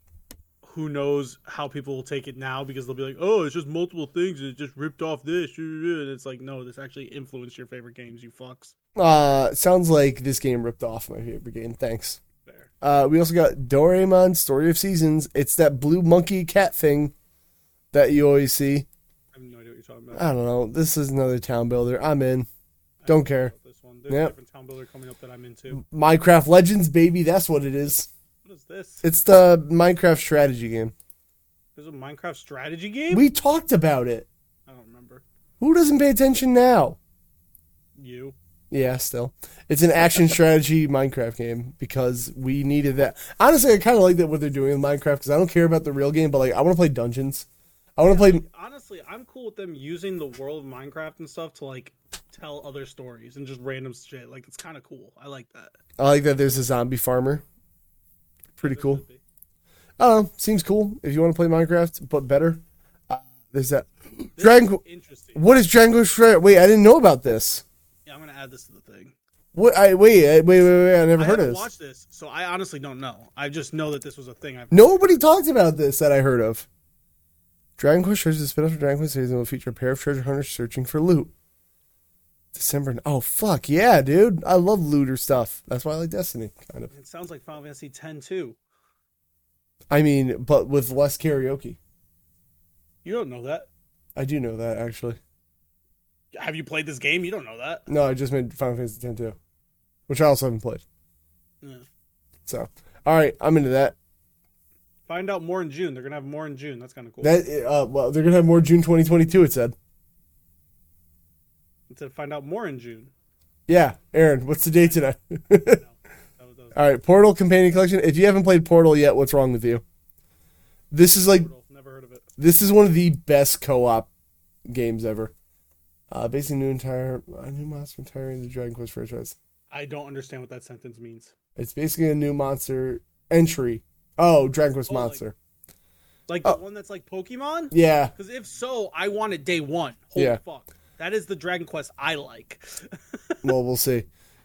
B: who knows how people will take it now because they'll be like, "Oh, it's just multiple things. and It just ripped off this," and it's like, no, this actually influenced your favorite games. You fucks.
A: Uh, sounds like this game ripped off my favorite game. Thanks.
B: There.
A: Uh, we also got Doraemon Story of Seasons. It's that blue monkey cat thing that you always see.
B: I have no idea what you're talking about.
A: I don't know. This is another town builder. I'm in. don't care. Mm.
B: About This one. There's
A: Yep.
B: a different town builder coming up that I'm into.
A: Minecraft Legends, baby. That's what it is.
B: What is this?
A: It's the Minecraft strategy game.
B: There's a Minecraft strategy game.
A: We talked about it.
B: I don't remember.
A: Who doesn't pay attention now?
B: You.
A: Yeah, still. It's an action strategy Minecraft game because we needed that. Honestly, I kind of like that what they're doing in Minecraft because I don't care about the real game, but like I want to play dungeons. I want to play.
B: Like, honestly, I'm cool with them using the world of Minecraft and stuff to like tell other stories and just random shit. Like it's kind of cool. I like that.
A: I like that there's a zombie farmer. Pretty
B: There
A: cool.
B: should be.
A: I don't know. Seems cool if you want to play Minecraft, but better. Uh, there's that. Dragon.
B: Interesting.
A: What is Dragon Quest? Strat- Wait, I didn't know about this.
B: Yeah, I'm gonna add this to the thing.
A: What? I wait, I- wait, wait, wait. I never
B: I
A: heard
B: haven't
A: of this.
B: watched this, so I honestly don't know. I just know that this was a thing. I've
A: Nobody talked about this that I heard of. Dragon Quest Treasures, the spin-off of Dragon Quest series, will feature a pair of treasure hunters searching for loot. December. n- Oh fuck yeah, dude! I love looter stuff. That's why I like Destiny, kind of.
B: It sounds like Final Fantasy X too.
A: I mean, but with less karaoke.
B: You don't know that.
A: I do know that actually.
B: Have you played this game? You don't know that.
A: No, I just made Final Fantasy X too, which I also haven't played.
B: Yeah.
A: So, all right, I'm into that.
B: Find out more in June. They're gonna have more in June. That's kind of cool.
A: That uh, well, they're gonna have more June 2022. It said.
B: to find out more in June.
A: Yeah, Aaron, what's the date today?
B: That was, that was
A: All right, Portal Companion Collection. If you haven't played Portal yet, what's wrong with you? This is like
B: brutal. Never heard of it.
A: this is one of the best co-op games ever. Uh, basically, new entire a new monster entering the Dragon Quest franchise.
B: I don't understand what that sentence means.
A: It's basically a new monster entry. Oh, Dragon Quest
B: Oh, like-
A: monster.
B: Like
A: Oh.
B: the one that's like Pokemon.
A: yeah,
B: Because if so, I want it day one. Holy
A: Yeah.
B: fuck. That is the Dragon Quest I like.
A: well, we'll see.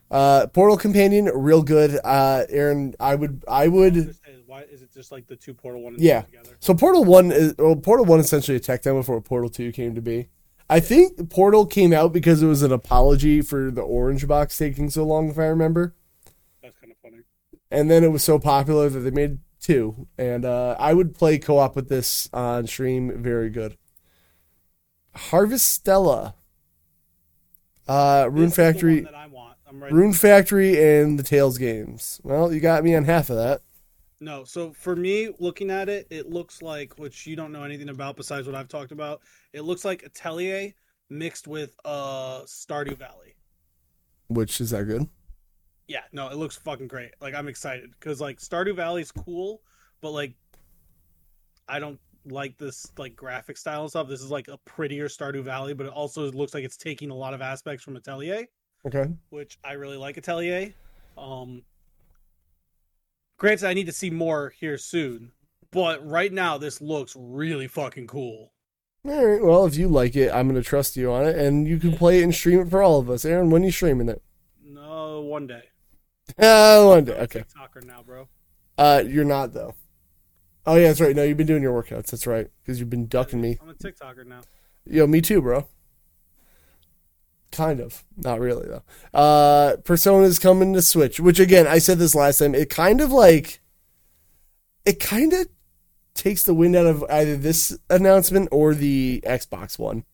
A: Uh, Portal Companion, real good. Uh, Aaron, I would, I would.
B: Why is it just like the two Portal one and
A: Yeah.
B: two together?
A: So Portal One is well, Portal One essentially attacked them before Portal Two came to be. I think Portal came out because it was an apology for the Orange Box taking so long, if I remember.
B: That's kind of funny.
A: and then it was so popular that they made two. And uh, I would play co-op with this on stream. Very good. Harvestella, uh, Rune
B: This is the one
A: Factory,
B: that I want. I'm right.
A: Rune Factory, and the Tales games. Well, you got me on half of that.
B: No, so for me, looking at it, it looks like which you don't know anything about besides what I've talked about. It looks like Atelier mixed with uh Stardew Valley.
A: Which is that good?
B: Yeah, no, it looks fucking great. Like I'm excited because like Stardew Valley's cool, but like I don't like this like graphic style and stuff. This is like a prettier Stardew Valley, but it also looks like it's taking a lot of aspects from Atelier,
A: Okay.
B: which I really like Atelier. Um Granted, I need to see more here soon, but right now this looks really fucking cool.
A: All right. Well, if you like it, I'm gonna trust you on it, and you can play it and stream it for all of us. Aaron, when are you streaming it?
B: No, one day.
A: Uh, one day.
B: I'm a
A: Okay.
B: TikToker now, bro.
A: Uh, you're not though. Oh yeah, that's right. No, you've been doing your workouts. That's right, because you've been ducking me.
B: I'm a TikToker now.
A: Yo, me too, bro. Kind of. Not really though. Uh Persona's coming to Switch, which again, I said this last time, it kind of like it kind of takes the wind out of either this announcement or the Xbox one.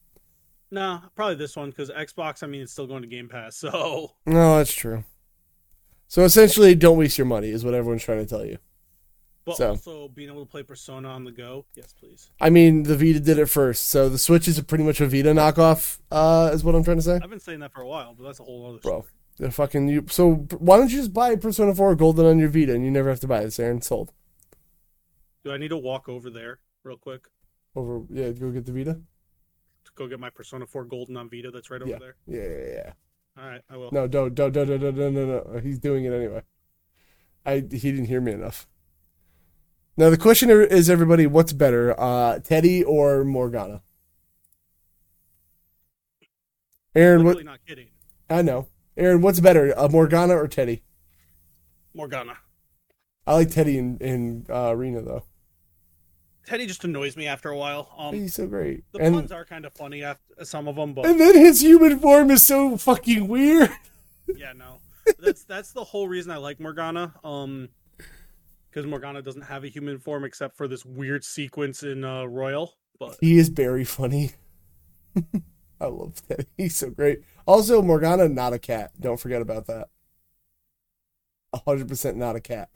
B: No, probably this one because Xbox. I mean, it's still going to Game Pass, so
A: No, that's true. So essentially, don't waste your money is what everyone's trying to tell you.
B: but
A: So.
B: also being able to play Persona on the go. Yes, please.
A: I mean, the Vita did it first, so the Switch is pretty much a Vita knockoff, uh, is what I'm trying to say.
B: I've been saying that for a while, but that's a whole other.
A: Bro,
B: story.
A: they're fucking you. So why don't you just buy Persona 4 Golden on your Vita and you never have to buy this, Aaron? Sold.
B: do I need to walk over there real quick
A: Over, yeah, go get the Vita.
B: to go get my Persona Four Golden on Vita? That's right over there.
A: Yeah, yeah, yeah.
B: All right, I will.
A: No, don't, don't, don't, don't, don't, don't, don't, don't. He's doing it anyway. I he didn't hear me enough. Now the question er, is, everybody, what's better, uh, Teddy or Morgana?
B: I'm
A: Aaron, what
B: really not kidding.
A: I know, Aaron, what's better, uh, Morgana or Teddy?
B: Morgana.
A: I like Teddy in in uh, Arena though.
B: Teddy just annoys me after a while. Um,
A: He's so great,
B: the
A: and
B: puns are kind of funny after some of them, but
A: and then his human form is so fucking weird.
B: yeah, no. That's that's the whole reason I like Morgana. Um, because Morgana doesn't have a human form except for this weird sequence in uh, Royal. But
A: He is very funny. I love Teddy. He's so great. Also, Morgana, not a cat. Don't forget about that. 100% not a cat.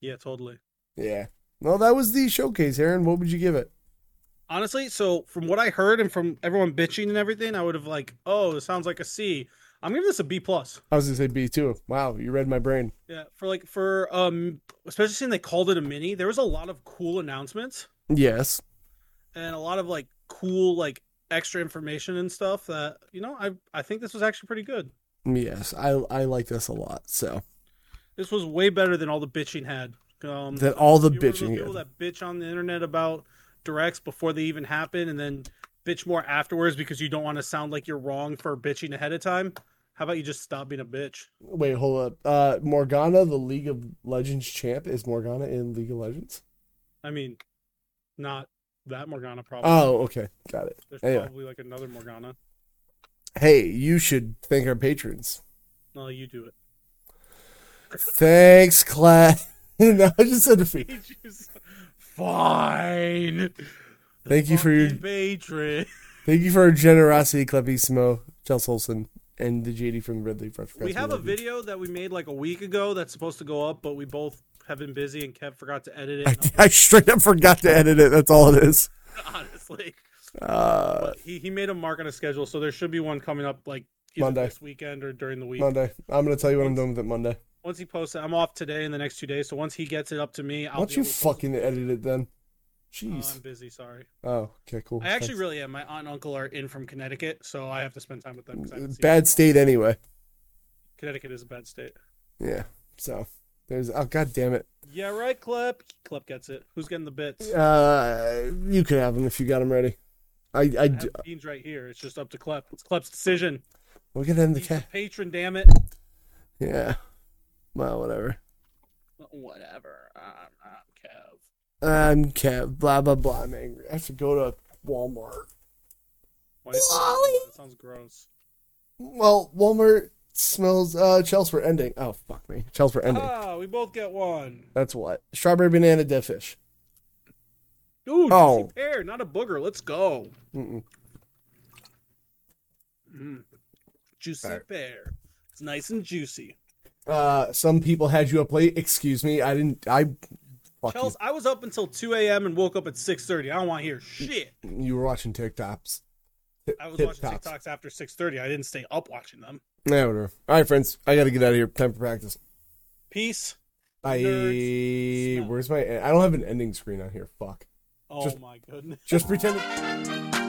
B: yeah, totally.
A: Yeah. Well, that was the showcase, Aaron. What would you give it?
B: Honestly, so from what I heard and from everyone bitching and everything, I would have like, oh, this sounds like a C. I'm giving this a B plus.
A: I was going to say B2. Wow, you read my brain.
B: Yeah, for like for um, especially since they called it a mini, there was a lot of cool announcements.
A: Yes.
B: and a lot of like cool like extra information and stuff that you know I I think this was actually pretty good.
A: Yes. I, I like this a lot. So,
B: This was way better than all the bitching had. Um,
A: that all the
B: you're one of those
A: bitching.
B: people that bitch on the internet about directs before they even happen, and then bitch more afterwards because you don't want to sound like you're wrong for bitching ahead of time. How about you just stop being a bitch?
A: Wait, hold up. Uh, Morgana, the League of Legends champ, is Morgana in League of Legends?
B: I mean, not that Morgana probably.
A: Oh, okay. Got it.
B: There's
A: yeah.
B: probably like another Morgana.
A: Hey, you should thank our patrons.
B: No, you do it.
A: Thanks, Clat. no, I just said to Fee.
B: Fine.
A: Thank you for your-
B: Fucking patron.
A: Thank you for your generosity, Clebissimo, Chelsea Olsen, and the JD from Ridley Fresh.
B: We have a video that we made like a week ago that's supposed to go up, but we both have been busy and Kev forgot to edit
A: I,
B: it.
A: I straight up forgot to edit it. That's all it is.
B: honestly,
A: Uh,
B: but he, he made a mark on a schedule, so there should be one coming up like either
A: Monday.
B: this weekend or during the week.
A: Monday. I'm gonna tell you what I'm doing with it Monday.
B: Once he posts it, I'm off today and the next two days. So once he gets it up to me,
A: Why
B: I'll
A: don't
B: be
A: you
B: able to post
A: fucking edit it then?
B: it. Oh,
A: Jeez.
B: I'm busy. Sorry.
A: Oh, okay, cool.
B: I actually
A: Thanks.
B: really am. My aunt and uncle are in from Connecticut, so I have to spend time with them. 'cause I haven't seen
A: bad
B: them.
A: state anyway.
B: Connecticut is a bad state.
A: Yeah. So there's oh god damn it.
B: Yeah, right, Clep. Clep gets it. Who's getting the bits?
A: Uh, you could have them if you got them ready. I I
B: I have
A: d-
B: the beans right here. It's just up to Clep. It's Clep's decision.
A: we could end the
B: He's the
A: cat.
B: patron, damn it.
A: Yeah. Well, whatever.
B: Whatever. I'm, I'm Kev.
A: I'm Kev. Blah blah blah. I'm angry. I have to go to Walmart.
B: Why is
A: Wally.
B: That sounds gross.
A: Well, Walmart smells. Uh, Chels for ending. Oh fuck me. Chels for ending.
B: Ah, we both get one.
A: That's what. Strawberry banana dead fish.
B: Ooh,
A: Oh.
B: juicy pear, not a booger. Let's go.
A: Mm-mm.
B: Mm. Juicy
A: Alright.
B: pear. It's nice and juicy.
A: Uh, some people had you up late. Excuse me. I didn't. I. Fuck
B: Chels, I was up until 2 a.m. and woke up at 6.30. I don't want to hear shit.
A: you. You were watching TikToks.
B: I was
A: Tip
B: watching
A: tops.
B: TikToks after 6.30. I didn't stay up watching them.
A: Yeah, whatever. All right, friends. I got to get out of here. Time for practice.
B: Peace.
A: Bye.
B: Nerds. Smell.
A: Where's my? I don't have an ending screen on here. Fuck.
B: Oh
A: Just-
B: my goodness.
A: Just pretend.